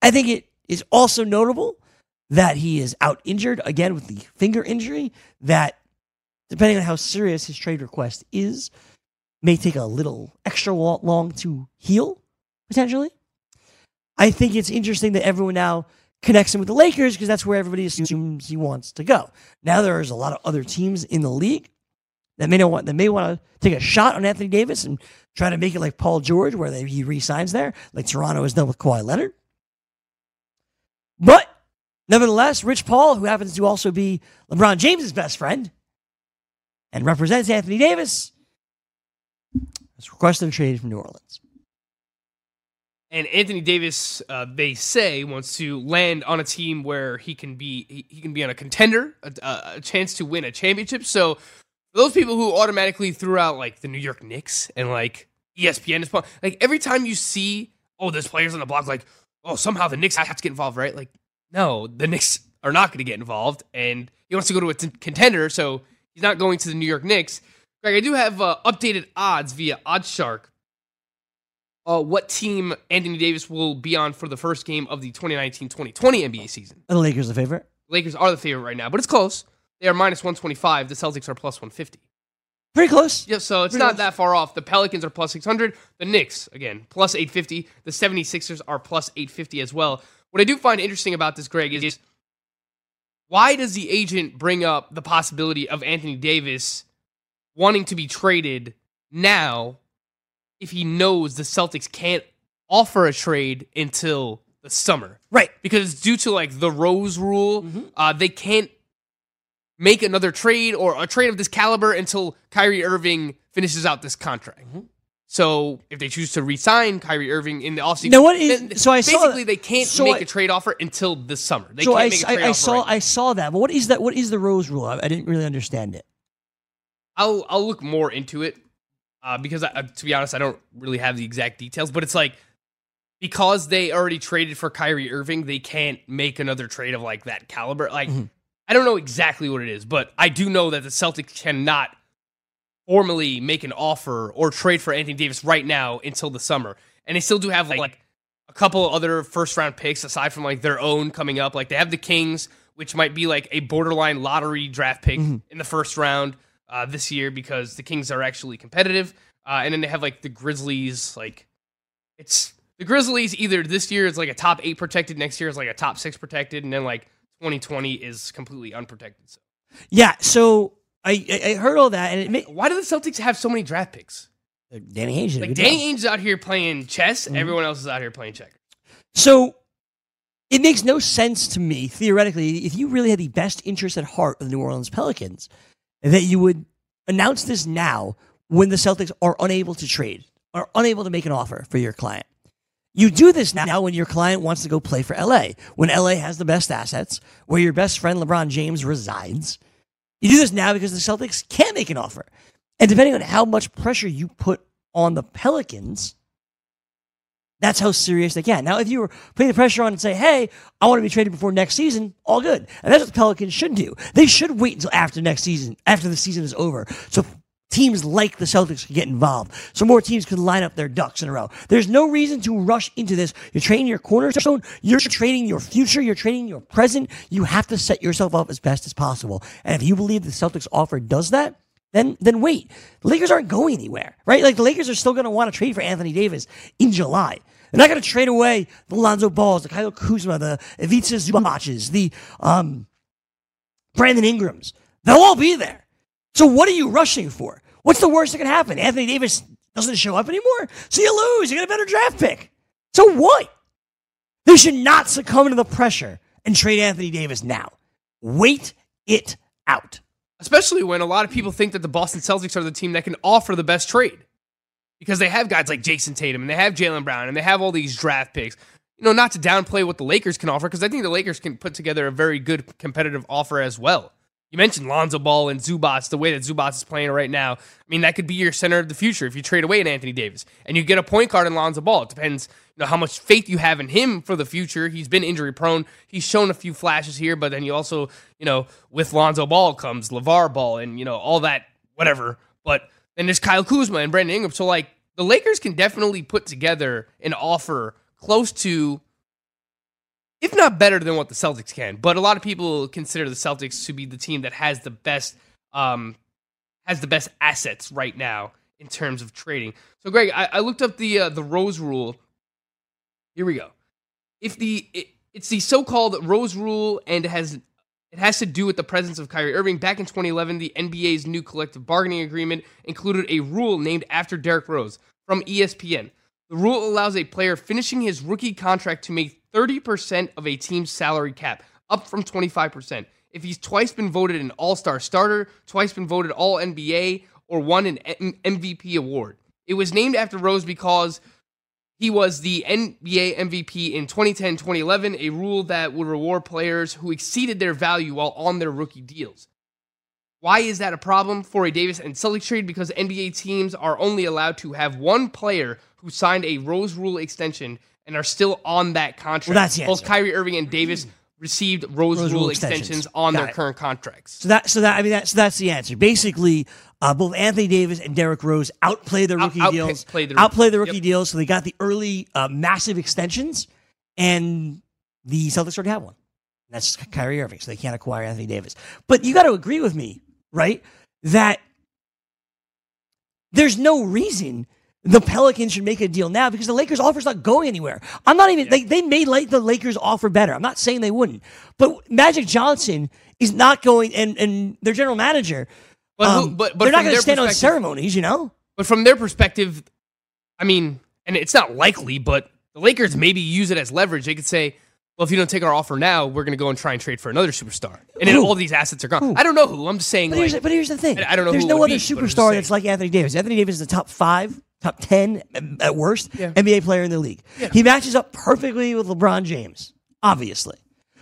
Speaker 3: I think it is also notable that he is out injured again with the finger injury that depending on how serious his trade request is may take a little extra wa- long to heal potentially. I think it's interesting that everyone now connects him with the Lakers because that's where everybody assumes he wants to go. Now there's a lot of other teams in the league that may not want that may want to take a shot on Anthony Davis and try to make it like Paul George, where they, he resigns there, like Toronto has done with Kawhi Leonard. But nevertheless, Rich Paul, who happens to also be LeBron James's best friend and represents Anthony Davis, has requested a trade from New Orleans.
Speaker 4: And Anthony Davis, uh, they say, wants to land on a team where he can be he, he can be on a contender, a, a, a chance to win a championship. So for those people who automatically threw out like the New York Knicks and like E ESPN is like every time you see oh there's players on the block like oh somehow the Knicks have to get involved right like no the Knicks are not going to get involved and he wants to go to a t- contender so he's not going to the New York Knicks. Greg, I do have uh, updated odds via OddShark uh, what team Anthony Davis will be on for the first game of the 2019-2020 NBA season.
Speaker 3: Are the Lakers the favorite?
Speaker 4: Lakers are the favorite right now, but it's close. They are minus 125. The Celtics are plus 150.
Speaker 3: Pretty close.
Speaker 4: Yeah, so it's
Speaker 3: Pretty
Speaker 4: not
Speaker 3: close.
Speaker 4: that far off. The Pelicans are plus 600. The Knicks, again, plus 850. The 76ers are plus 850 as well. What I do find interesting about this, Greg, is why does the agent bring up the possibility of Anthony Davis wanting to be traded now if he knows the Celtics can't offer a trade until the summer?
Speaker 3: Right. Mm-hmm.
Speaker 4: Because due to like the Rose rule, uh, they can't make another trade or a trade of this caliber until Kyrie Irving finishes out this contract.
Speaker 3: Mm-hmm.
Speaker 4: So if they choose to re-sign Kyrie Irving in the offseason,
Speaker 3: Now, what is-
Speaker 4: then
Speaker 3: so I saw that-
Speaker 4: basically they can't
Speaker 3: so
Speaker 4: make
Speaker 3: I-
Speaker 4: a trade offer until this summer. They
Speaker 3: so
Speaker 4: can't
Speaker 3: I,
Speaker 4: make a
Speaker 3: I-
Speaker 4: trade
Speaker 3: I
Speaker 4: offer.
Speaker 3: saw
Speaker 4: right now.
Speaker 3: I saw that, but what is that? What is the Rose rule? I, I didn't really understand it.
Speaker 4: I'll I'll look more into it uh, because I, uh, to be honest, I don't really have the exact details. But it's like because they already traded for Kyrie Irving, they can't make another trade of like that caliber. Like I don't know exactly what it is, but I do know that the Celtics cannot formally make an offer or trade for Anthony Davis right now until the summer, and they still do have like. a couple other first round picks aside from like their own coming up. Like they have the Kings, which might be like a borderline lottery draft pick in the first round uh, this year because the Kings are actually competitive. Uh, and then they have like the Grizzlies. Like it's the Grizzlies either this year is like a top eight protected, next year is like a top six protected, and then like 2020 is completely unprotected. So
Speaker 3: Yeah. So I I, I heard all that, and it made,
Speaker 4: why do the Celtics have so many draft picks?
Speaker 3: Danny Ainge. did a
Speaker 4: Like
Speaker 3: good
Speaker 4: Danny
Speaker 3: job.
Speaker 4: Ainge is out here playing chess, everyone else is out here playing checkers.
Speaker 3: So it makes no sense to me theoretically if you really had the best interest at heart of the New Orleans Pelicans that you would announce this now when the Celtics are unable to trade, are unable to make an offer for your client. You do this now when your client wants to go play for LA, when LA has the best assets, where your best friend LeBron James resides. You do this now because the Celtics can't make an offer. And depending on how much pressure you put on the Pelicans, that's how serious they get. Now, if you were putting the pressure on and say, hey, I want to be traded before next season, all good. And that's what the Pelicans should do. They should wait until after next season, after the season is over. So teams like the Celtics can get involved. So more teams can line up their ducks in a row. There's no reason to rush into this. You're trading your cornerstone. You're trading your future. You're trading your present. You have to set yourself up as best as possible. And if you believe the Celtics offer does that, then then wait. The Lakers aren't going anywhere, right? Like the Lakers are still going to want to trade for Anthony Davis in July. They're not going to trade away the Lonzo Balls, the Kyle Kuzma, the Ivica Zubac's, the um, Brandon Ingram's. They'll all be there. So what are you rushing for? What's the worst that can happen? Anthony Davis doesn't show up anymore, so you lose. You get a better draft pick. So what? They should not succumb to the pressure and trade Anthony Davis now. Wait it out.
Speaker 4: Especially when a lot of people think that the Boston Celtics are the team that can offer the best trade because they have guys like Jason Tatum and they have Jalen Brown and they have all these draft picks. You know, not to downplay what the Lakers can offer because I think the Lakers can put together a very good competitive offer as well. You mentioned Lonzo Ball and Zubats, the way that Zubats is playing right now. I mean, that could be your center of the future if you trade away an Anthony Davis and you get a point guard in Lonzo Ball. It depends, you know, how much faith you have in him for the future. He's been injury prone. He's shown a few flashes here, but then you also, you know, with Lonzo Ball comes LeVar Ball and, you know, all that, whatever. But and there's Kyle Kuzma and Brandon Ingram. So like the Lakers can definitely put together an offer close to, if not better than what the Celtics can. But a lot of people consider the Celtics to be the team that has the best, um, has the best assets right now in terms of trading. So Greg, I, I looked up the uh, the Rose Rule. Here we go. If the it, it's the so-called Rose Rule and it has it has to do with the presence of Kyrie Irving. Back in 2011, the NBA's new collective bargaining agreement included a rule named after Derrick Rose from E ESPN. The rule allows a player finishing his rookie contract to make 30% of a team's salary cap, up from 25%. If he's twice been voted an all star starter, twice been voted all NBA, or won an M- MVP award. It was named after Rose because he was the NBA MVP in 2010 2011, a rule that would reward players who exceeded their value while on their rookie deals. Why is that a problem for a Davis and Celtics trade? Because NBA teams are only allowed to have one player who signed a Rose Rule extension and are still on that contract.
Speaker 3: Well, that's the
Speaker 4: Both
Speaker 3: answer.
Speaker 4: Kyrie Irving and Davis received Rose,
Speaker 3: Rose
Speaker 4: Rule,
Speaker 3: Rule
Speaker 4: extensions,
Speaker 3: extensions.
Speaker 4: on
Speaker 3: Got
Speaker 4: their
Speaker 3: it. Um,
Speaker 4: current contracts.
Speaker 3: So that, so that, I mean, that's so that's the answer. Basically, uh, both Anthony Davis and Derrick Rose outplayed their
Speaker 4: Out-
Speaker 3: rookie
Speaker 4: outpa-
Speaker 3: deals,
Speaker 4: played their-
Speaker 3: outplayed their rookie
Speaker 4: Yep.
Speaker 3: deals, so they got the early uh, massive extensions, and the Celtics already have one. And That's Kyrie Irving, so they can't acquire Anthony Davis. But you got to agree with me, right? That There's no reason the Pelicans should make a deal now because the Lakers' offer's not going anywhere. I'm not even, they, they made like the Lakers' offer better. I'm not saying they wouldn't, but Magic Johnson is not going, and, and their general manager,
Speaker 4: But who-
Speaker 3: um,
Speaker 4: but- but
Speaker 3: they're not going
Speaker 4: from
Speaker 3: to
Speaker 4: their
Speaker 3: stand on
Speaker 4: perspective-
Speaker 3: ceremonies, you know?
Speaker 4: But from their perspective, I mean, and it's not likely, but the Lakers maybe use it as leverage. They could say, well, if you don't take our offer now, we're going to go and try and trade for another superstar. And then
Speaker 3: Who?
Speaker 4: all these assets are gone. I don't know who. I'm just saying.
Speaker 3: But here's,
Speaker 4: like-
Speaker 3: but here's the thing.
Speaker 4: I I don't know.
Speaker 3: There's
Speaker 4: who it
Speaker 3: no
Speaker 4: would
Speaker 3: other
Speaker 4: be, but I'm just
Speaker 3: superstar
Speaker 4: saying.
Speaker 3: that's like Anthony Davis. Anthony Davis is the top five, top ten um, at worst
Speaker 4: Yeah.
Speaker 3: NBA player in the league. He matches up perfectly with LeBron James, obviously.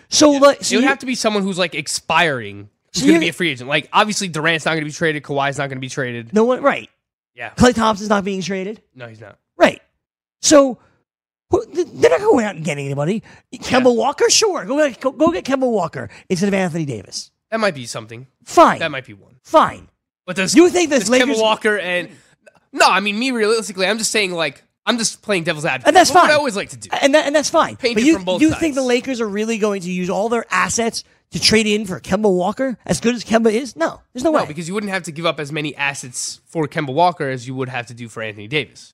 Speaker 3: So like, so
Speaker 4: it would
Speaker 3: you-
Speaker 4: have to be someone who's like expiring.
Speaker 3: So
Speaker 4: Who's going to
Speaker 3: you're-
Speaker 4: be a free agent? Like obviously Durant's not going to be traded. Kawhi's not going to be traded.
Speaker 3: no one right.
Speaker 4: Yeah.
Speaker 3: Clay Thompson's not being traded.
Speaker 4: No, he's not.
Speaker 3: Right. So who- th- they're not going out and getting anybody. Kemba Walker, sure. Go get, go, go get Kemba Walker instead of Anthony Davis.
Speaker 4: That might be something.
Speaker 3: Fine.
Speaker 4: That might be one.
Speaker 3: Fine.
Speaker 4: But does
Speaker 3: You think this
Speaker 4: does Kemba
Speaker 3: Lakers-
Speaker 4: Walker and no? I mean, me realistically, I'm just saying like I'm just playing devil's advocate.
Speaker 3: And that's
Speaker 4: What would
Speaker 3: fine.
Speaker 4: I always like to do.
Speaker 3: And that, and that's fine.
Speaker 4: Paint
Speaker 3: but
Speaker 4: it
Speaker 3: you,
Speaker 4: from both
Speaker 3: you
Speaker 4: sides.
Speaker 3: think the Lakers are really going to use all their assets to trade in for Kemba Walker? As good as Kemba is, no, there's no,
Speaker 4: No,
Speaker 3: way.
Speaker 4: because you wouldn't have to give up as many assets for Kemba Walker as you would have to do for Anthony Davis.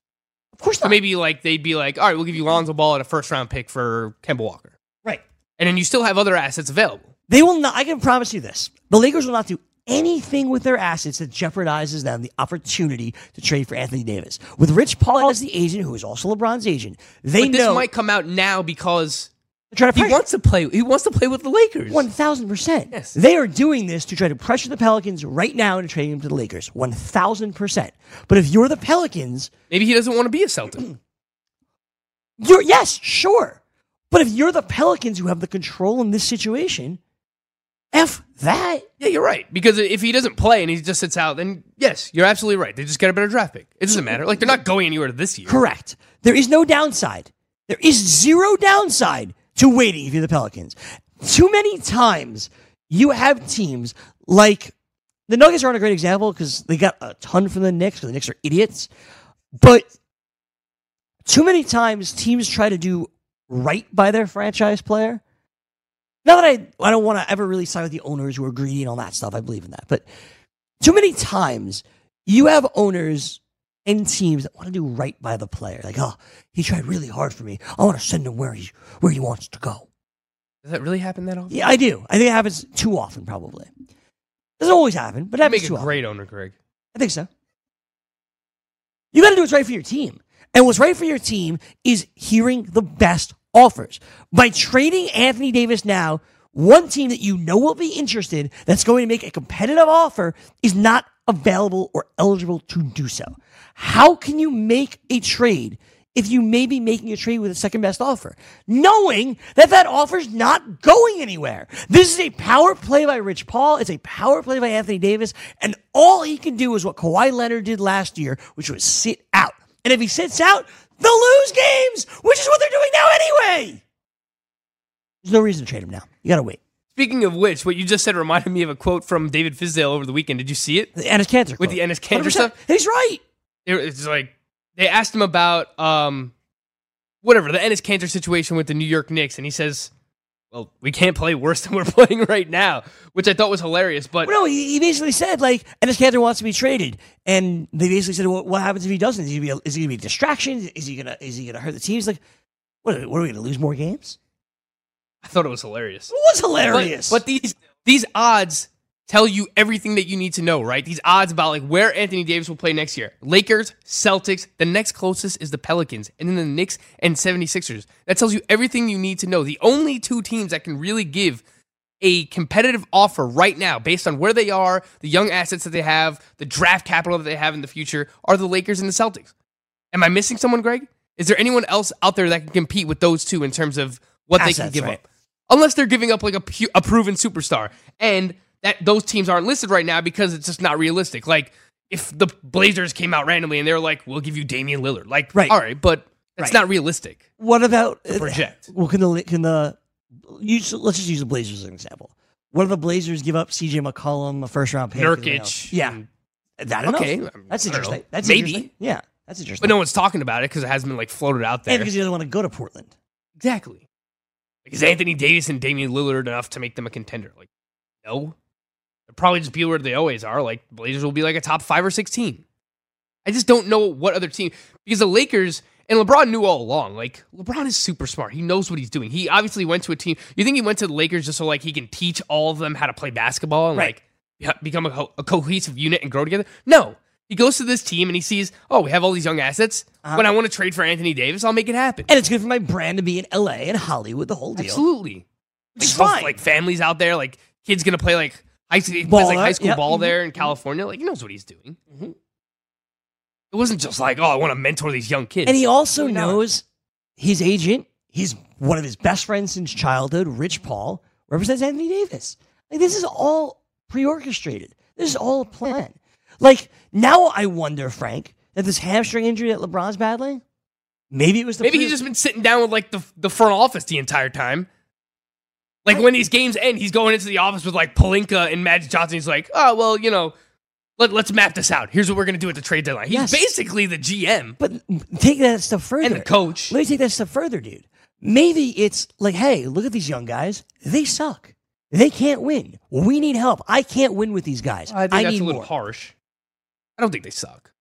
Speaker 3: of course
Speaker 4: So
Speaker 3: not.
Speaker 4: maybe like they'd be like, all right, we'll give you Lonzo Ball and a first round pick for Kemba Walker,
Speaker 3: right.
Speaker 4: and then you still have other assets available.
Speaker 3: They will not. I can promise you this: the Lakers will not do anything with their assets that jeopardizes them the opportunity to trade for Anthony Davis. With Rich Paul as the agent, who is also LeBron's agent, they
Speaker 4: but this
Speaker 3: know
Speaker 4: might come out now because
Speaker 3: they're trying to
Speaker 4: he
Speaker 3: pressure-
Speaker 4: wants to play. He wants to play with the Lakers.
Speaker 3: One thousand percent.
Speaker 4: Yes.
Speaker 3: They are doing this to try to pressure the Pelicans right now into trading him to the Lakers. One thousand percent. But if you're the Pelicans,
Speaker 4: Maybe he doesn't want to be a Celtic.
Speaker 3: You're yes, sure. But if you're the Pelicans who have the control in this situation, F that.
Speaker 4: yeah, you're right. Because if he doesn't play and he just sits out, then yes, you're absolutely right. They just get a better draft pick. It doesn't matter. Like they're not going anywhere this year.
Speaker 3: Correct. There is no downside. There is zero downside to waiting if you're the Pelicans. Too many times you have teams like the Nuggets aren't a great example because they got a ton from the Knicks because the Knicks are idiots. But too many times teams try to do right by their franchise player. Not that I, I don't want to ever really side with the owners who are greedy and all that stuff. I believe in that. But too many times you have owners and teams that want to do right by the player. Like, oh, he tried really hard for me. I want to send him where he where he wants to go.
Speaker 4: Does that really happen that often?
Speaker 3: Yeah, I do. I think it happens too often, probably. Doesn't always happen, but it
Speaker 4: You
Speaker 3: happens
Speaker 4: make
Speaker 3: too
Speaker 4: a
Speaker 3: often.
Speaker 4: great owner, Greg.
Speaker 3: I think so. You got to do what's right for your team. And what's right for your team is hearing the best offers. By trading Anthony Davis now, one team that you know will be interested that's going to make a competitive offer is not available or eligible to do so. How can you make a trade if you may be making a trade with a second best offer, knowing that that offer's not going anywhere. This is a power play by Rich Paul. It's a power play by Anthony Davis. And all he can do is what Kawhi Leonard did last year, which was sit out. And if he sits out, they'll lose games, which is what they're doing now anyway. There's no reason to trade him now. You got to wait.
Speaker 4: Speaking of which, what you just said reminded me of a quote from David Fizdale over the weekend. Did you see it?
Speaker 3: The Ennis Cantor. quote.
Speaker 4: With the Enes Kanter
Speaker 3: 100%.
Speaker 4: stuff?
Speaker 3: He's right.
Speaker 4: It- It's like they asked him about um, whatever the Ennis Cantor situation with the New York Knicks, and he says, "Well, we can't play worse than we're playing right now," which I thought was hilarious. But
Speaker 3: Well, no, he, he basically said like Ennis Cantor wants to be traded, and they basically said, "What, what happens if he doesn't? Is he, gonna be a, is he gonna be a distraction? Is he gonna is he gonna hurt the team?" He's like, "What? Are, what are we gonna lose more games?"
Speaker 4: I thought it was hilarious.
Speaker 3: It was
Speaker 4: But-
Speaker 3: hilarious.
Speaker 4: But, these these odds tell you everything that you need to know, right? These odds about like where Anthony Davis will play next year. Lakers, Celtics, the next closest is the Pelicans, and then the Knicks and 76ers. That tells you everything you need to know. The only two teams that can really give a competitive offer right now based on where they are, the young assets that they have, the draft capital that they have in the future are the Lakers and the Celtics. Am I missing someone, Greg? Is there anyone else out there that can compete with those two in terms of what they can
Speaker 3: Assets,
Speaker 4: give
Speaker 3: right.
Speaker 4: up? Unless they're giving up like a, pu- a proven superstar, and that those teams aren't listed right now because it's just not realistic. Like if the Blazers came out randomly and they were like, "We'll give you Damian Lillard," like,
Speaker 3: Right.
Speaker 4: all right, but
Speaker 3: Right.
Speaker 4: that's not realistic.
Speaker 3: what about uh,
Speaker 4: project.
Speaker 3: Well, can the can the use, let's just use the Blazers as an example. What do the Blazers give up? C.J. McCollum, a first round pick, and, you know,
Speaker 4: Nurkic.
Speaker 3: yeah, that enough?
Speaker 4: Okay,
Speaker 3: that's
Speaker 4: I don't know.
Speaker 3: interesting. That's
Speaker 4: Maybe.
Speaker 3: interesting. yeah, that's interesting.
Speaker 4: But no one's talking about it because it hasn't been like floated out there.
Speaker 3: and because he doesn't want to go to Portland.
Speaker 4: Exactly. Like, is Anthony Davis and Damian Lillard enough to make them a contender? Like, no. They'll probably just be where they always are. Like, Blazers will be like a top five or six team. I just don't know what other team because the Lakers and LeBron knew all along. Like LeBron is super smart. He knows what he's doing. He obviously went to a team. You think he went to the Lakers just so like he can teach all of them how to play basketball and
Speaker 3: Right.
Speaker 4: like yeah, become a, co- a cohesive unit and grow together? No. He goes to this team and he sees, oh, we have all these young assets.
Speaker 3: Uh-huh.
Speaker 4: When I want to trade for Anthony Davis, I'll make it happen.
Speaker 3: And it's good for my brand to be in LA and Hollywood, the whole deal.
Speaker 4: Absolutely. Like,
Speaker 3: It's
Speaker 4: both,
Speaker 3: fine.
Speaker 4: like families out there, like kids gonna play like high, he plays, like,
Speaker 3: Baller,
Speaker 4: high school
Speaker 3: yep.
Speaker 4: ball
Speaker 3: Mhm.
Speaker 4: there in California. Like he knows what he's doing.
Speaker 3: Mhm.
Speaker 4: It wasn't just like, oh, I want to mentor these young kids.
Speaker 3: And he also
Speaker 4: Absolutely not.
Speaker 3: knows his agent, he's one of his best friends since childhood, Rich Paul, represents Anthony Davis. Like this is all pre-orchestrated. This is all a plan. Like now I wonder, Frank, that this hamstring injury that LeBron's battling, maybe it was the
Speaker 4: Maybe
Speaker 3: pre-
Speaker 4: he's just been sitting down with like the the front office the entire time. Like when these games end, he's going into the office with like Palinka and Magic Johnson. He's like, oh well, you know, let, let's map this out. Here's what we're gonna do at the trade deadline. He's
Speaker 3: Yes.
Speaker 4: basically the GM.
Speaker 3: But take that a step further.
Speaker 4: the coach.
Speaker 3: Let me take that a step further, dude. Maybe it's like, hey, look at these young guys. They suck. They can't win. We need help. I can't win with these guys.
Speaker 4: I think that's
Speaker 3: need
Speaker 4: a little
Speaker 3: more.
Speaker 4: harsh. I don't think they suck.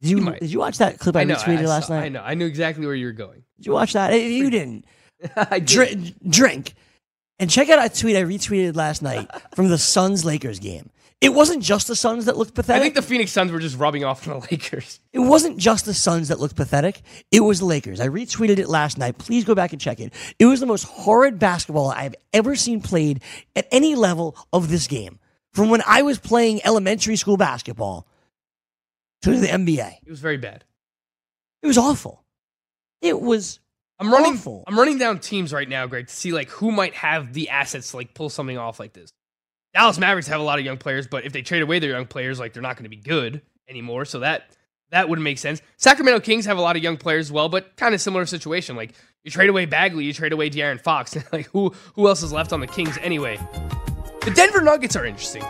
Speaker 3: Did you,
Speaker 4: You might.
Speaker 3: did you watch that clip I,
Speaker 4: know.
Speaker 3: retweeted
Speaker 4: I
Speaker 3: last
Speaker 4: saw-
Speaker 3: night?
Speaker 4: I know. I knew exactly where you were going.
Speaker 3: Did you watch that? Eh, You didn't.
Speaker 4: I did.
Speaker 3: Dr- drink. And check out a tweet I retweeted last night from the Suns Lakers game. It wasn't just the Suns that looked
Speaker 4: I
Speaker 3: pathetic.
Speaker 4: think the Phoenix Suns were just rubbing off on the Lakers.
Speaker 3: It wasn't just the Suns that looked pathetic. It was the Lakers. I retweeted it last night. Please go back and check it. It was the most horrid basketball I've ever seen played at any level of this game. From when I was playing elementary school basketball to the NBA.
Speaker 4: It was very bad.
Speaker 3: It was awful. It was
Speaker 4: I'm running.
Speaker 3: awful.
Speaker 4: I'm running down teams right now, Greg, to see like who might have the assets to like pull something off like this. Dallas Mavericks have a lot of young players, but if they trade away their young players, like they're not going to be good anymore. So that that wouldn't make sense. Sacramento Kings have a lot of young players as well, but kind of similar situation. Like you trade away Bagley, you trade away De'Aaron Fox. like who who else is left on the Kings anyway? The Denver Nuggets are interesting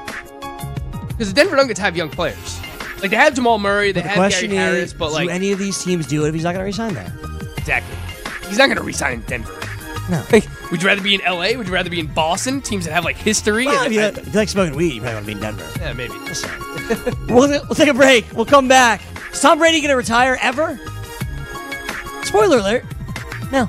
Speaker 4: because the Denver Nuggets have young players. Like they have Jamal Murray, they
Speaker 3: the
Speaker 4: have
Speaker 3: question
Speaker 4: Gary Harris,
Speaker 3: is,
Speaker 4: but like
Speaker 3: do any of these teams do it if he's not going to resign there?
Speaker 4: Exactly. He's not going to resign in Denver.
Speaker 3: No.
Speaker 4: Like, would you rather be in LA? Would you rather be in Boston? Teams that have like history.
Speaker 3: Well, if,
Speaker 4: and-
Speaker 3: you, if you like smoking weed, you probably want to be in Denver.
Speaker 4: yeah, maybe.
Speaker 3: We'll, we'll take a break. We'll come back. Is Tom Brady going to retire ever? Spoiler alert. No.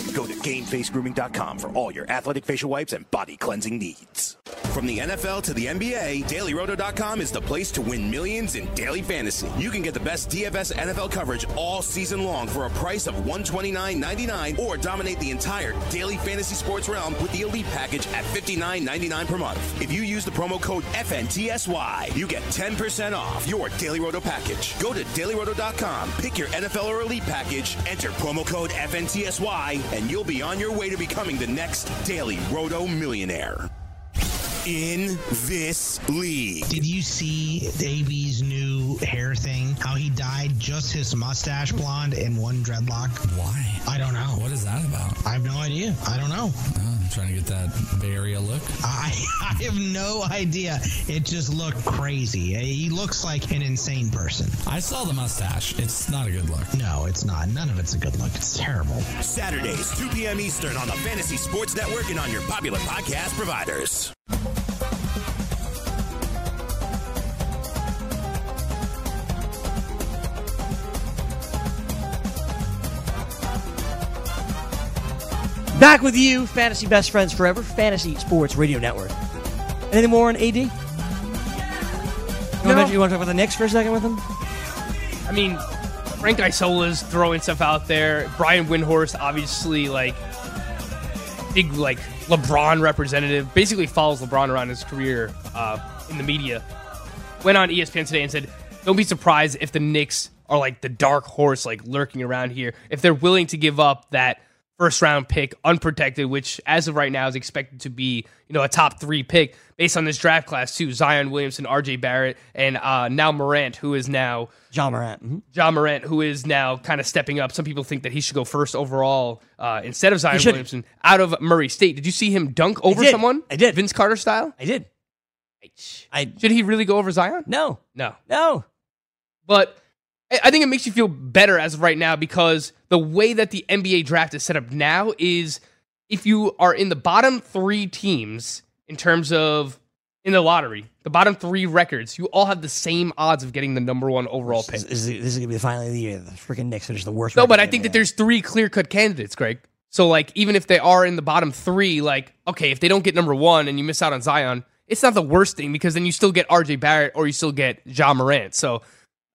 Speaker 5: Go to GameFaceGrooming.com for all your athletic facial wipes and body cleansing needs. From the NFL to the NBA, DailyRoto.com is the place to win millions in daily fantasy. You can get the best DFS NFL coverage all season long for a price of $129.99 or dominate the entire daily fantasy sports realm with the Elite Package at $59.99 per month. If you use the promo code FNTSY, you get 10% off your Daily Roto package. Go to dailyroto.com, pick your NFL or Elite package, enter promo code FNTSY, and you'll be on your way to becoming the next Daily Roto millionaire. In this league.
Speaker 8: Did you see Davey's new hair thing? How he dyed just his mustache blonde and one dreadlock? Why? I don't know. What is that about? I have no idea. I don't know.
Speaker 9: Oh, I'm trying to get that Bay Area look.
Speaker 8: I, I have no idea. It just looked crazy. He looks like an insane person.
Speaker 9: I saw the mustache. It's not a good look.
Speaker 8: No, it's not. None of it's a good look. It's terrible.
Speaker 5: Saturdays, 2 p.m. Eastern on the Fantasy Sports Network and on your popular podcast providers.
Speaker 3: Back with you, Fantasy Best Friends Forever, Fantasy Sports Radio Network. Anything more on AD? You, want to, you want to talk about the Knicks for a second with him?
Speaker 4: I mean, Frank Isola's throwing stuff out there. Brian Windhorst, obviously, like big like LeBron representative, basically follows LeBron around his career uh, in the media. Went on E ESPN today and said, "Don't be surprised if the Knicks are like the dark horse, like lurking around here. If they're willing to give up that first round pick unprotected, which as of right now is expected to be you know a top three pick based on this draft class too. Zion Williamson, R.J. Barrett, and uh, now Morant, who is now
Speaker 3: John Morant. Mm-hmm.
Speaker 4: John Morant, who is now kind of stepping up. Some people think that he should go first overall uh, instead of Zion
Speaker 3: should've.
Speaker 4: Williamson out of Murray State. Did you see him dunk over
Speaker 3: did.
Speaker 4: someone? I did. Vince Carter style?
Speaker 3: I did. I,
Speaker 4: should he really go over Zion?
Speaker 3: No.
Speaker 4: No.
Speaker 3: No.
Speaker 4: But I, I think it makes you feel better as of right now because the way that the NBA draft is set up now is if you are in the bottom three teams in terms of in the lottery, the bottom three records, you all have the same odds of getting the number one overall pick.
Speaker 3: This is, this is gonna be the final of the year. The freaking Knicks are just the worst.
Speaker 4: No,
Speaker 3: record
Speaker 4: but I
Speaker 3: in the
Speaker 4: think that
Speaker 3: NBA.
Speaker 4: there's three clear cut candidates, Greg. So like even if they are in the bottom three, like okay, if they don't get number one and you miss out on Zion, it's not the worst thing because then you still get RJ Barrett or you still get Ja Morant. So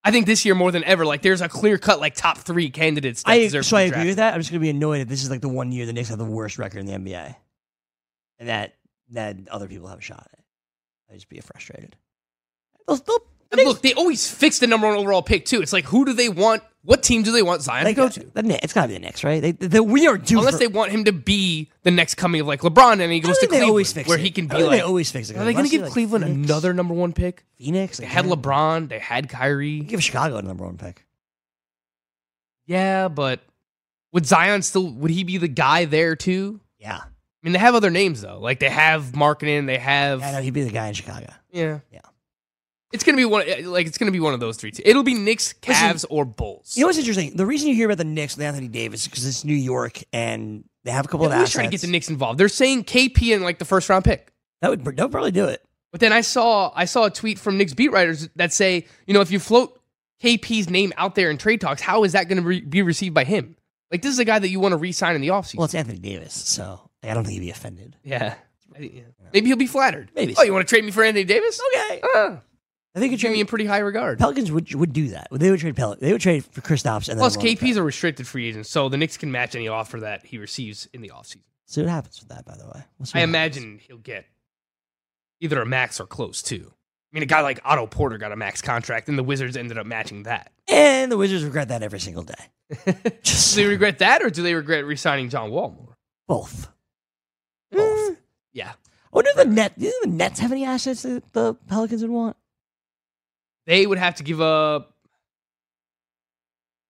Speaker 4: I think this year more than ever, like there's a clear cut like top three candidates. That
Speaker 3: I
Speaker 4: deserve
Speaker 3: so
Speaker 4: to
Speaker 3: I
Speaker 4: be
Speaker 3: agree
Speaker 4: drafted.
Speaker 3: with that. I'm just gonna be annoyed that this is like the one year the Knicks have the worst record in the NBA, and that that other people have a shot at it. I just be frustrated.
Speaker 4: And look, they always fix the number one overall pick too. It's like who do they want? What team do they want Zion
Speaker 3: They
Speaker 4: to go
Speaker 3: got-
Speaker 4: to?
Speaker 3: uh, the Knicks- it's gotta be the Knicks, right? They, they, we are due
Speaker 4: Unless
Speaker 3: for-
Speaker 4: they want him to be the next coming of like LeBron, and he goes to
Speaker 3: think they
Speaker 4: Cleveland,
Speaker 3: always fix
Speaker 4: where
Speaker 3: it.
Speaker 4: he can
Speaker 3: I
Speaker 4: be
Speaker 3: don't think
Speaker 4: like.
Speaker 3: they always fix it.
Speaker 4: Are they going
Speaker 3: Unless
Speaker 4: to give
Speaker 3: you're, like,
Speaker 4: Cleveland another number one pick?
Speaker 3: Phoenix.
Speaker 4: They had LeBron. They had Kyrie.
Speaker 3: Give Chicago a number one pick.
Speaker 4: Yeah, but would Zion still? Would he be the guy there too?
Speaker 3: Yeah.
Speaker 4: I mean, they have other names though. Like they have marketing. They have.
Speaker 3: I know he'd be the guy in Chicago.
Speaker 4: Yeah. Yeah. It's gonna be one. eh, Like it's gonna be one of those three. Te- It'll be Knicks, Cavs, or Bulls.
Speaker 3: You know what's interesting? The reason you hear about the Knicks with Anthony Davis is because it's New York and they have a couple
Speaker 4: At
Speaker 3: of
Speaker 4: least
Speaker 3: assets.
Speaker 4: try to get the Knicks involved. They're saying KP in like the first round pick.
Speaker 3: That would that would probably do it.
Speaker 4: But then I saw I saw a tweet from Knicks beat writers that say, you know, if you float KP's name out there in trade talks, how is that going to re- be received by him? Like this is a guy that you want to re-sign in the offseason.
Speaker 3: Well, it's Anthony Davis, so I don't think he'd be offended.
Speaker 4: Yeah. I think- yeah. Maybe Oh, he'll be flattered.
Speaker 3: Maybe
Speaker 4: Oh,
Speaker 3: so.
Speaker 4: you want to trade me for Anthony Davis?
Speaker 3: Okay.
Speaker 4: I
Speaker 3: think you
Speaker 4: treat me in pretty high regard.
Speaker 3: Pelicans would would do that. They would trade Pel- They would trade for Kristaps and then
Speaker 4: Plus,
Speaker 3: a long-
Speaker 4: KP's a restricted free agent, so the Knicks can match any offer that he receives in the offseason.
Speaker 3: See what happens with that. By the way, We'll see
Speaker 4: I
Speaker 3: what
Speaker 4: imagine he'll get either a max or close to. I mean, a guy like Otto Porter got a max contract, and the Wizards ended up matching that.
Speaker 3: happens. And the Wizards regret that every single day.
Speaker 4: do they regret that, or do they regret re-signing John Wall more?
Speaker 3: Both.
Speaker 4: Mm. Yeah,
Speaker 3: Oh, do the net? Do the Nets have any assets that the Pelicans would want?
Speaker 4: they would have to give up.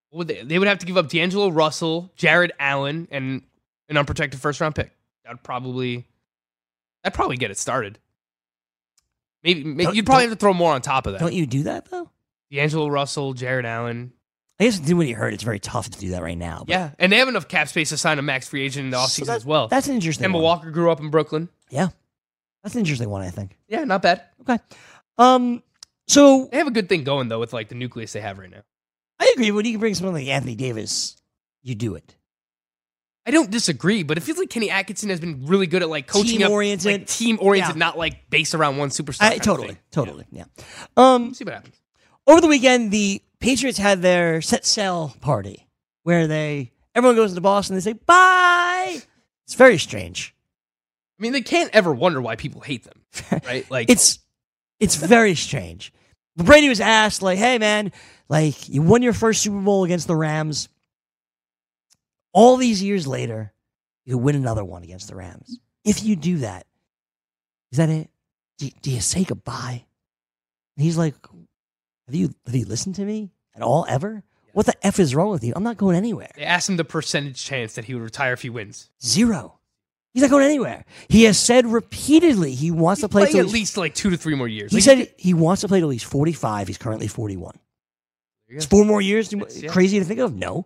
Speaker 4: what Would they, they would have to give up D'Angelo Russell, Jared Allen, and an unprotected first round pick. That'd probably that'd probably get it started. Maybe, maybe
Speaker 3: Don't-
Speaker 4: you'd probably
Speaker 3: don't-
Speaker 4: have to throw more on top of that.
Speaker 3: Don't you do that though?
Speaker 4: D'Angelo Russell, Jared Allen.
Speaker 3: I guess do what you heard. It's very tough to do that right now. But
Speaker 4: Yeah, and they have enough cap space to sign a max free agent in the offseason as well.
Speaker 3: that's an interesting
Speaker 4: Emma
Speaker 3: one.
Speaker 4: Walker grew up in Brooklyn.
Speaker 3: yeah, that's an interesting one. I think.
Speaker 4: Yeah, not bad.
Speaker 3: Okay. Um. So
Speaker 4: They have a good thing going though with like the nucleus they have right now.
Speaker 3: I agree. When you can bring someone like Anthony Davis, you do it.
Speaker 4: I don't disagree, but it feels like Kenny Atkinson has been really good at like coaching up,
Speaker 3: Team-oriented.
Speaker 4: like, team oriented,
Speaker 3: Yeah.
Speaker 4: not like based around one superstar.
Speaker 3: I-
Speaker 4: kind of
Speaker 3: totally,
Speaker 4: thing.
Speaker 3: totally. Yeah. Um.
Speaker 4: See what happens.
Speaker 3: Over the weekend, the Patriots had their set sail party where they everyone goes to Boston. They say bye. It's very strange.
Speaker 4: I mean, they can't ever wonder why people hate them, right? Like
Speaker 3: it's it's very strange. But Brady was asked, like, "Hey, man, like you won your first Super Bowl against the Rams. All these years later, you could win another one against the Rams. If you do that, is that it? Do, do you say goodbye?" And he's like, "Have you have you listened to me at all ever? What the f is wrong with you? I'm not going anywhere.
Speaker 4: they asked him the percentage chance that he would retire if he wins.
Speaker 3: Zero. He's not going anywhere. He has said repeatedly he wants to play
Speaker 4: Playing
Speaker 3: till
Speaker 4: at
Speaker 3: he's
Speaker 4: least like two to three more years.
Speaker 3: He
Speaker 4: Like,
Speaker 3: said he wants to play till he's 45. He's currently 41. It's four more years.
Speaker 4: yeah.
Speaker 3: Crazy to think of? No.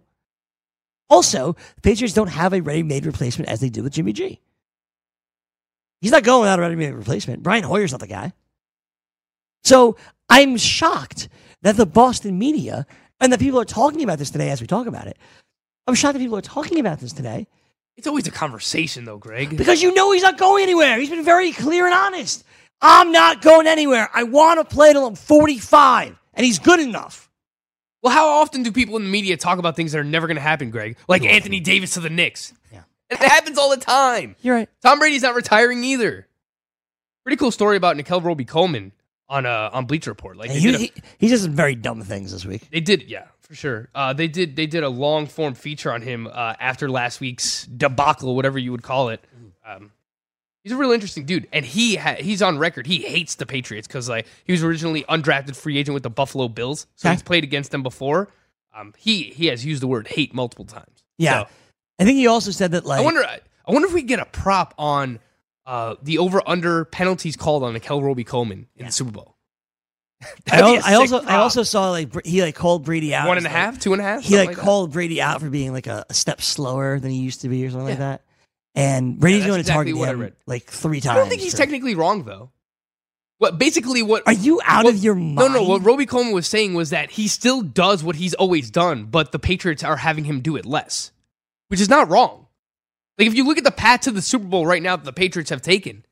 Speaker 3: Also, the Patriots don't have a ready-made replacement as they did with Jimmy G. He's not going without a ready-made replacement. Brian Hoyer's not the guy. So I'm shocked that the Boston media and that people are talking about this today as we talk about it. I'm shocked that people are talking about this today
Speaker 4: it's always a conversation though, Greg.
Speaker 3: because you know he's not going anywhere. He's been very clear and honest. I'm not going anywhere. I want to play till I'm 45, and he's good enough.
Speaker 4: Well, how often do people in the media talk about things that are never going to happen, Greg? Like Anthony Davis to the Knicks. Yeah. It happens all the time.
Speaker 3: You're right.
Speaker 4: Tom Brady's not retiring either. Pretty cool story about Nickel Roby Coleman on uh, on Bleach Report. Like they
Speaker 3: he,
Speaker 4: did a-
Speaker 3: he, he's just some very dumb things this week.
Speaker 4: They did, yeah, for sure. Uh, they did. They did a long form feature on him uh, after last week's debacle, whatever you would call it. Um, he's a real interesting dude, and he ha- he's on record. He hates the Patriots because like he was originally undrafted free agent with the Buffalo Bills, so he's played against them before. Um, he he has used the word hate multiple times.
Speaker 3: Yeah. I think he also said that like
Speaker 4: I wonder. I wonder if we get a prop on uh, the over under penalties called on Akel Roby Coleman in the Super Bowl.
Speaker 3: I,
Speaker 4: That'd be
Speaker 3: al-
Speaker 4: a
Speaker 3: I also
Speaker 4: sick
Speaker 3: I also saw like Br- he like called Brady out
Speaker 4: One
Speaker 3: as,
Speaker 4: and a
Speaker 3: like-
Speaker 4: half, two and a half,
Speaker 3: He
Speaker 4: something
Speaker 3: like,
Speaker 4: like that.
Speaker 3: called Brady out for being like a, a step slower than he used to be or something like that. And Brady's
Speaker 4: that's
Speaker 3: going to
Speaker 4: exactly what I
Speaker 3: target him
Speaker 4: read.
Speaker 3: like three
Speaker 4: I
Speaker 3: times.
Speaker 4: don't think he's
Speaker 3: for-
Speaker 4: technically wrong though. What basically what are
Speaker 3: you out of your mind?
Speaker 4: No, no. What Roby Coleman was saying was that he still does what he's always done, but the Patriots are having him do it less, which is not wrong. Like if you look at the path to the Super Bowl right now that the Patriots have taken,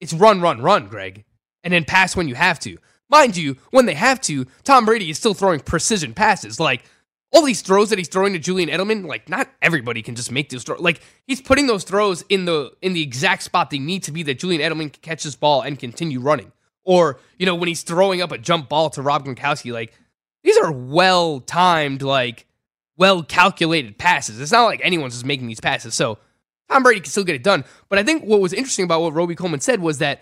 Speaker 4: it's run, run, run, Greg, and then pass when you have to. Mind you, when they have to, Tom Brady is still throwing precision passes. Like all these throws that he's throwing to Julian Edelman, like not everybody can just make those throws. Like he's putting those throws in the in the exact spot they need to be that Julian Edelman can catch this ball and continue running. Or you know when he's throwing up a jump ball to Rob Gronkowski, like these are well timed, like well calculated passes. It's not like anyone's just making these passes. So Tom Brady can still get it done. But I think what was interesting about what Roby Coleman said was that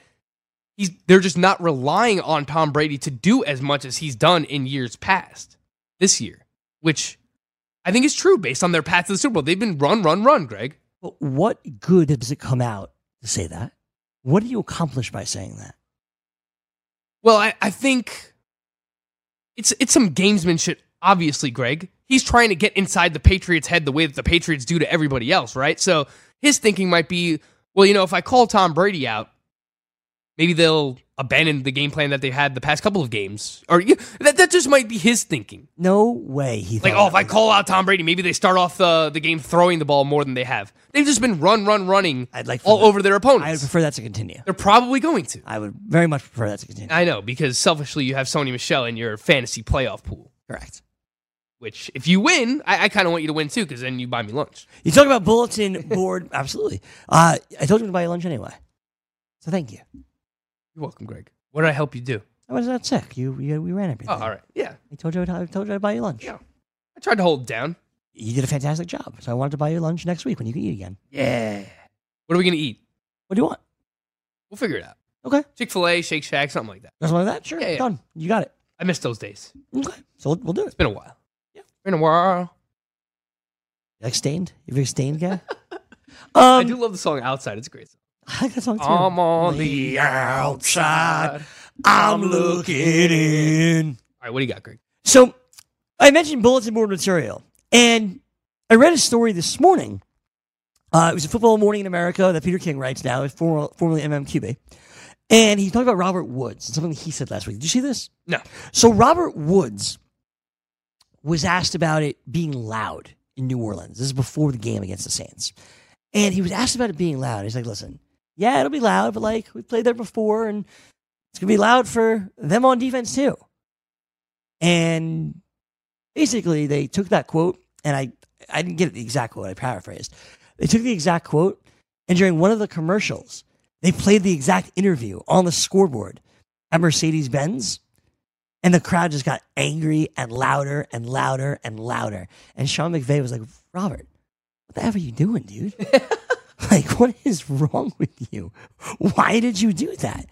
Speaker 4: he's they're just not relying on Tom Brady to do as much as he's done in years past this year, which I think is true based on their path to the Super Bowl. They've been run, run, run, Greg.
Speaker 3: But what good does it come out to say that? What do you accomplish by saying that?
Speaker 4: Well, I, I think it's it's some gamesmanship, obviously, Greg. He's trying to get inside the Patriots' head the way that the Patriots do to everybody else, right? So his thinking might be, well, you know, if I call Tom Brady out, maybe they'll abandon the game plan that they've had the past couple of games, or you that that just might be his thinking.
Speaker 3: No way he
Speaker 4: Like, oh, if I call out Tom Brady, maybe they start off the, the game throwing the ball more than they have. They've just been run, run, running
Speaker 3: I'd like for
Speaker 4: all
Speaker 3: that-
Speaker 4: over their opponents.
Speaker 3: I would prefer that to continue.
Speaker 4: They're probably going to.
Speaker 3: I would very much prefer that to continue.
Speaker 4: I know because selfishly you have Sony Michelle in your fantasy playoff pool.
Speaker 3: Correct.
Speaker 4: Which, if you win, I, I kind of want you to win too because then you buy me lunch.
Speaker 3: You talk about bulletin board. Absolutely. Uh, I told you to buy you lunch anyway. So thank you.
Speaker 4: You're welcome, Greg. What did I help you do?
Speaker 3: I was not sick. You, you we ran everything.
Speaker 4: Oh, all right. Yeah,
Speaker 3: I told you I'd, I told you I'd buy you lunch.
Speaker 4: Yeah. I tried to hold it down.
Speaker 3: You did a fantastic job. So I wanted to buy you lunch next week when you can eat again.
Speaker 4: Yeah. What are we gonna eat?
Speaker 3: What do you want?
Speaker 4: We'll figure it out.
Speaker 3: Okay.
Speaker 4: Chick Fil A, Shake Shack, something like that.
Speaker 3: Something like that? Sure.
Speaker 4: Yeah, yeah.
Speaker 3: Done. You got it.
Speaker 4: I miss those days.
Speaker 3: Okay. So we'll, we'll do it.
Speaker 4: It's been a while. Yeah, been a while.
Speaker 3: You like stained? You big stained guy?
Speaker 4: I do Um, love the song Outside. It's a great. Song.
Speaker 3: I like that song Um, too.
Speaker 4: I'm on the
Speaker 3: outside. I'm looking in.
Speaker 4: All right, what do you got, Greg?
Speaker 3: So I mentioned bulletin board material, and I read a story this morning. Uh, it was a football morning in America that Peter King writes now, is former, formerly MMQB. And he talked about Robert Woods and something he said last week. Did you see this?
Speaker 4: No.
Speaker 3: So Robert Woods was asked about it being loud in New Orleans. This is before the game against the Saints. And he was asked about it being loud. He's like, listen, yeah, it'll be loud, but like we played there before and it's going to be loud for them on defense too. And basically, they took that quote, and I, I didn't get the exact quote, I paraphrased. They took the exact quote, and during one of the commercials, they played the exact interview on the scoreboard at Mercedes Benz, and the crowd just got angry and louder and louder and louder. And Sean McVay was like, Robert, what the heck are you doing, dude? like, what is wrong with you? Why did you do that?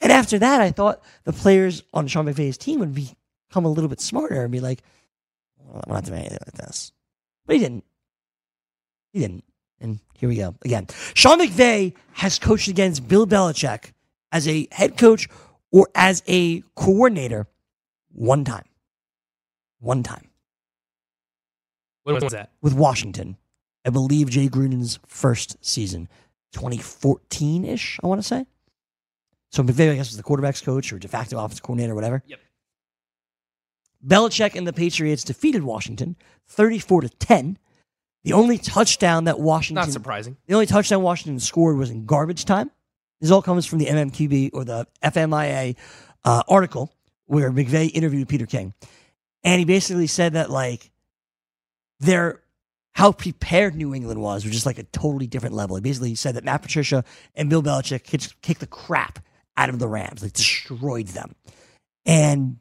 Speaker 3: And after that, I thought the players on Sean McVay's team would become a little bit smarter and be like, well, I'm not doing anything like this. But he didn't. He didn't. And here we go again. Sean McVay has coached against Bill Belichick as a head coach or as a coordinator one time. One time
Speaker 4: What was that?
Speaker 3: with Washington. I believe Jay Gruden's first season, 2014 ish, I want to say. So McVay, I guess, was the quarterback's coach or de facto offensive coordinator or whatever.
Speaker 4: Yep.
Speaker 3: Belichick and the Patriots defeated Washington 34 to 10. The only touchdown that Washington
Speaker 4: Not surprising.
Speaker 3: the only touchdown Washington scored was in garbage time. This all comes from the MMQB or the FMIA uh, article where McVay interviewed Peter King. and he basically said that like their how prepared New England was was just like a totally different level. He basically said that Matt Patricia and Bill Belichick could just kick the crap out of the Rams, like destroyed them, and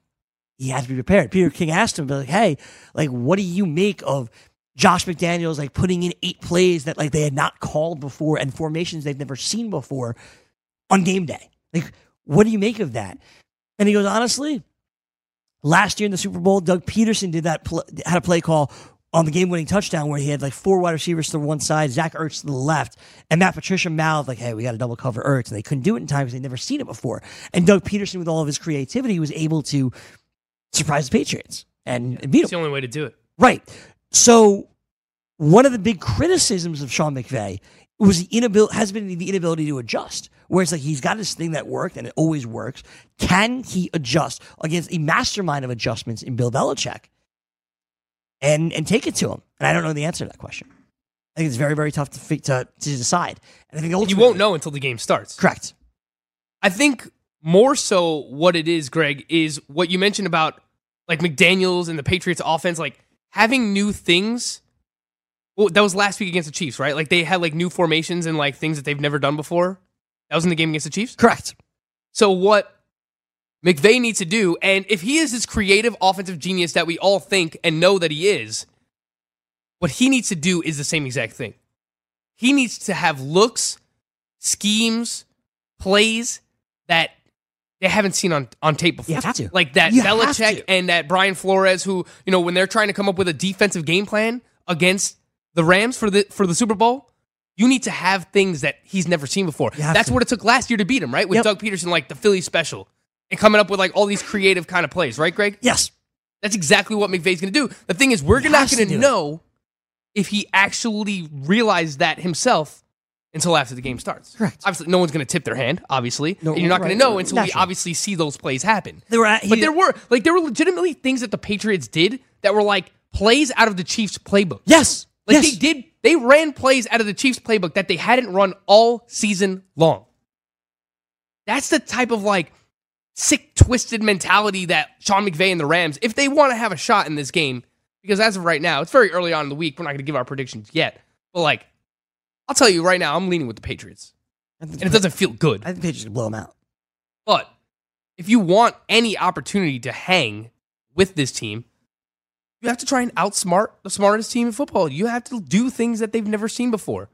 Speaker 3: he has to be prepared. Peter King asked him, like, "Hey, like, what do you make of?" Josh McDaniels like putting in eight plays that like they had not called before and formations they've never seen before on game day. Like, what do you make of that? And he goes, honestly, last year in the Super Bowl, Doug Peterson did that pl- had a play call on the game-winning touchdown where he had like four wide receivers to one side, Zach Ertz to the left, and Matt Patricia mouthed like, "Hey, we got to double cover Ertz," and they couldn't do it in time because they'd never seen it before. And Doug Peterson, with all of his creativity, was able to surprise the Patriots and beat them.
Speaker 4: It's the only way to do it.
Speaker 3: Right. So one of the big criticisms of Sean McVay was the inability has been the inability to adjust. Where it's like he's got this thing that worked and it always works. Can he adjust against a mastermind of adjustments in Bill Belichick and and take it to him? And I don't know the answer to that question. I think it's very very tough to fi- to, to decide. And I think
Speaker 4: You
Speaker 3: ultimately,
Speaker 4: won't know until the game starts.
Speaker 3: Correct.
Speaker 4: I think more so what it is, Greg, is what you mentioned about like McDaniels and the Patriots offense, like having new things. Well, that was last week against the Chiefs, right? Like they had like new formations and like things that they've never done before. That was in the game against the Chiefs?
Speaker 3: Correct.
Speaker 4: So what McVay needs to do, and if he is this creative offensive genius that we all think and know that he is, what he needs to do is the same exact thing. He needs to have looks, schemes, plays that they haven't seen on, on tape before.
Speaker 3: You have to.
Speaker 4: Like that
Speaker 3: You have
Speaker 4: Belichick and that Brian Flores, who, you know, when they're trying to come up with a defensive game plan against the Rams for the for the Super Bowl, you need to have things that he's never seen before. That's what it took last year to beat him, right? With Doug Peterson, like the Philly special, and coming up with like all these creative kind of plays, right, Greg?
Speaker 3: Yes.
Speaker 4: That's exactly what McVay's going to do. The thing is, we're not
Speaker 3: has to
Speaker 4: going
Speaker 3: do
Speaker 4: to
Speaker 3: it.
Speaker 4: know if he actually realized that himself until after the game starts. Correct. Obviously, no one's going to tip their hand, obviously. and you're not
Speaker 3: right,
Speaker 4: going to know
Speaker 3: right,
Speaker 4: until we
Speaker 3: naturally.
Speaker 4: obviously see those plays happen.
Speaker 3: They were at-
Speaker 4: but
Speaker 3: he-
Speaker 4: there were like there were legitimately things that the Patriots did that were like plays out of the Chiefs playbook.
Speaker 3: Yes.
Speaker 4: Like they did they ran plays out of the Chiefs playbook that they hadn't run all season long. That's the type of like sick, twisted mentality that Sean McVay and the Rams, if they want to have a shot in this game, because as of right now, it's very early on in the week. We're not going to give our predictions yet. But like, I'll tell you right now, I'm leaning with the Patriots.
Speaker 3: And
Speaker 4: it doesn't feel good.
Speaker 3: I think they just blow him out.
Speaker 4: But if you want any opportunity to hang with this team, you have to try and outsmart the smartest team in football. You have to do things that they've never seen before.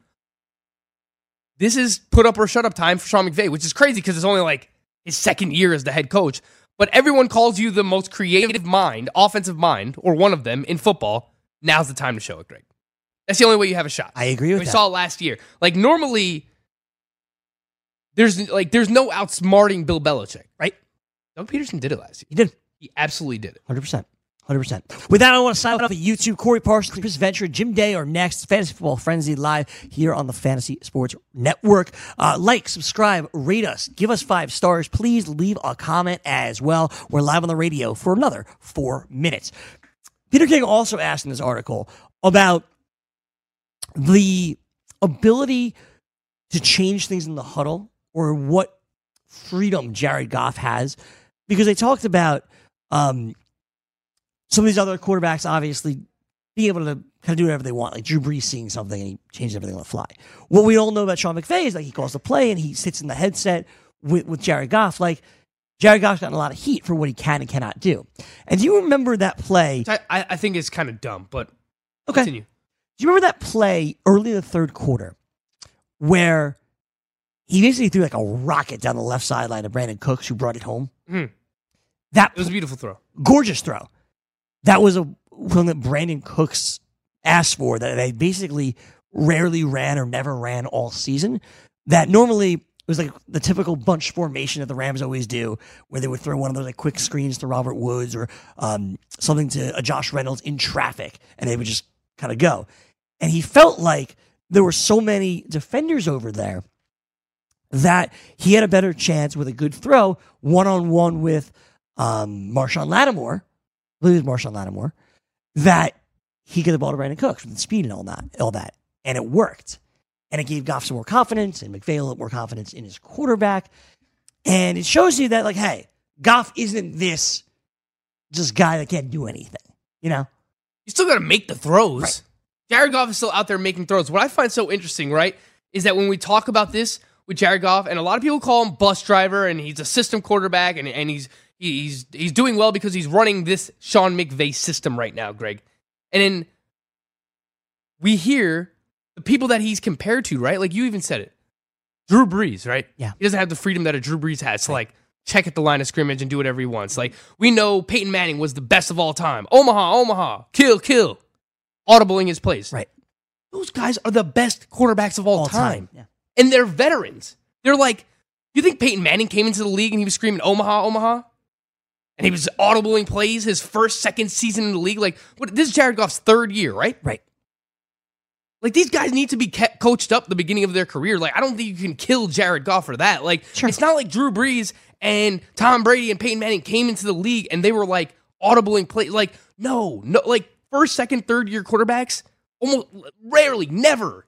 Speaker 4: This is put up or shut up time for Sean McVay, which is crazy because it's only like his second year as the head coach. But everyone calls you the most creative mind, offensive mind, or one of them in football. Now's the time to show it, Greg. That's the only way you have a shot.
Speaker 3: I agree with
Speaker 4: we
Speaker 3: that.
Speaker 4: saw it last year. Like normally, there's like there's no outsmarting Bill Belichick, right? Doug Peterson did it last year. He
Speaker 3: did.
Speaker 4: He absolutely did it.
Speaker 3: Hundred percent. Hundred percent. With that, I want to sign up at YouTube. Corey Parsons, Chris Venture, Jim Day are next. Fantasy Football Frenzy live here on the Fantasy Sports Network. Uh, like, subscribe, rate us, give us five stars. Please leave a comment as well. We're live on the radio for another four minutes. Peter King also asked in this article about the ability to change things in the huddle or what freedom Jared Goff has because they talked about um, some of these other quarterbacks obviously being able to kind of do whatever they want. Like Drew Brees seeing something and he changes everything on the fly. What we all know about Sean McVay is like he calls the play and he sits in the headset with, with Jared Goff. Like Jared Goff's gotten a lot of heat for what he can and cannot do. And do you remember that play?
Speaker 4: Which I, I I think it's kind of dumb, but
Speaker 3: Okay.
Speaker 4: continue.
Speaker 3: Do you remember that play early in the third quarter where he basically threw like a rocket down the left sideline to Brandon Cooks, who brought it home?
Speaker 4: Mhm.
Speaker 3: That
Speaker 4: It was a beautiful throw.
Speaker 3: gorgeous throw. That was a one that Brandon Cooks asked for that they basically rarely ran or never ran all season. That normally it was like the typical bunch formation that the Rams always do, where they would throw one of those like quick screens to Robert Woods or um, something to a Josh Reynolds in traffic, and they would just kind of go. And he felt like there were so many defenders over there that he had a better chance with a good throw one on one with um, Marshawn Lattimore, I believe it was Marshawn Lattimore, that he could have ball to Brandon Cooks with the speed and all that, all that, and it worked, and it gave Goff some more confidence and McVay a little more confidence in his quarterback, and it shows you that like, hey, Goff isn't this just guy that can't do anything. You know,
Speaker 4: you still got to make the throws. Jared Goff is still out there making throws. What I find so interesting, right, is that when we talk about this with Jared Goff, and a lot of people call him bus driver, and he's a system quarterback, and, and he's he- he's he's doing well because he's running this Sean McVay system right now, Greg. And then we hear the people that he's compared to, right? Like you even said it. Drew Brees, right?
Speaker 3: Yeah.
Speaker 4: He doesn't have the freedom that a Drew Brees has to like check at the line of scrimmage and do whatever he wants. Like we know Peyton Manning was the best of all time. Omaha, Omaha, kill, kill, audibling his plays.
Speaker 3: Right.
Speaker 4: Those guys are the best quarterbacks of all, time. And they're veterans. They're like, you think Peyton Manning came into the league and he was screaming Omaha, Omaha? And he was audibling plays his first, second season in the league. Like, what, this is Jared Goff's third year, right?
Speaker 3: Right.
Speaker 4: Like these guys need to be kept coached up the beginning of their career. Like I don't think you can kill Jared Goff for that. Like it's not like Drew Brees and Tom Brady and Peyton Manning came into the league and they were like audibling play. Like no, no, like first, second, third year quarterbacks almost rarely, never.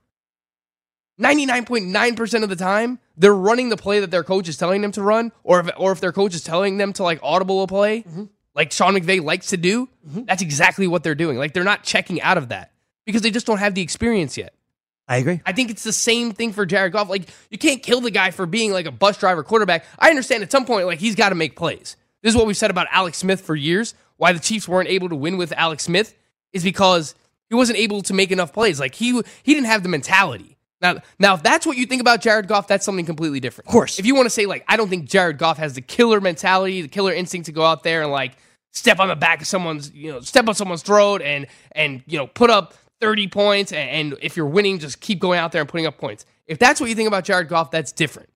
Speaker 4: Ninety nine point nine percent of the time they're running the play that their coach is telling them to run, or if or if their coach is telling them to like audible a play, like Sean McVay likes to do. That's exactly what they're doing. Like they're not checking out of that because they just don't have the experience yet.
Speaker 3: I agree.
Speaker 4: I think it's the same thing for Jared Goff. Like, you can't kill the guy for being like a bus driver quarterback. I understand at some point, like, he's got to make plays. This is what we've said about Alex Smith for years. Why the Chiefs weren't able to win with Alex Smith is because he wasn't able to make enough plays. Like, he he didn't have the mentality. Now, now, if that's what you think about Jared Goff, that's something completely different. Of course. If you want to say, like, I don't think Jared Goff has the killer mentality, the killer instinct to go out there and, like, step on the back of someone's, you know, step on someone's throat and, and you know, put up 30 points. And, and if you're winning, just keep going out there and putting up points. If that's what you think about Jared Goff, that's different.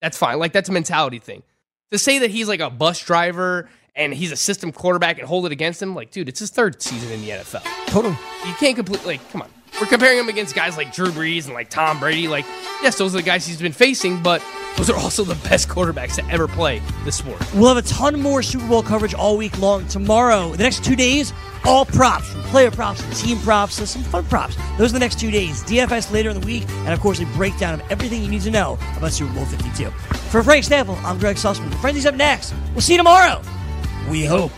Speaker 4: That's fine. Like, that's a mentality thing. To say that he's like a bus driver and he's a system quarterback and hold it against him, like, dude, it's his third season in the NFL.
Speaker 3: Totally.
Speaker 4: You can't completely, like, come on. We're comparing him against guys like Drew Brees and like Tom Brady. Like, yes, those are the guys he's been facing, but those are also the best quarterbacks to ever play this sport.
Speaker 3: We'll have a ton more Super Bowl coverage all week long tomorrow. The next two days, all props from player props, from team props, to some fun props. Those are the next two days. DFS later in the week, and of course, a breakdown of everything you need to know about Super Bowl 52. For Frank Stample, I'm Greg Sussman. The Frenzy's up next. We'll see you tomorrow. We hope.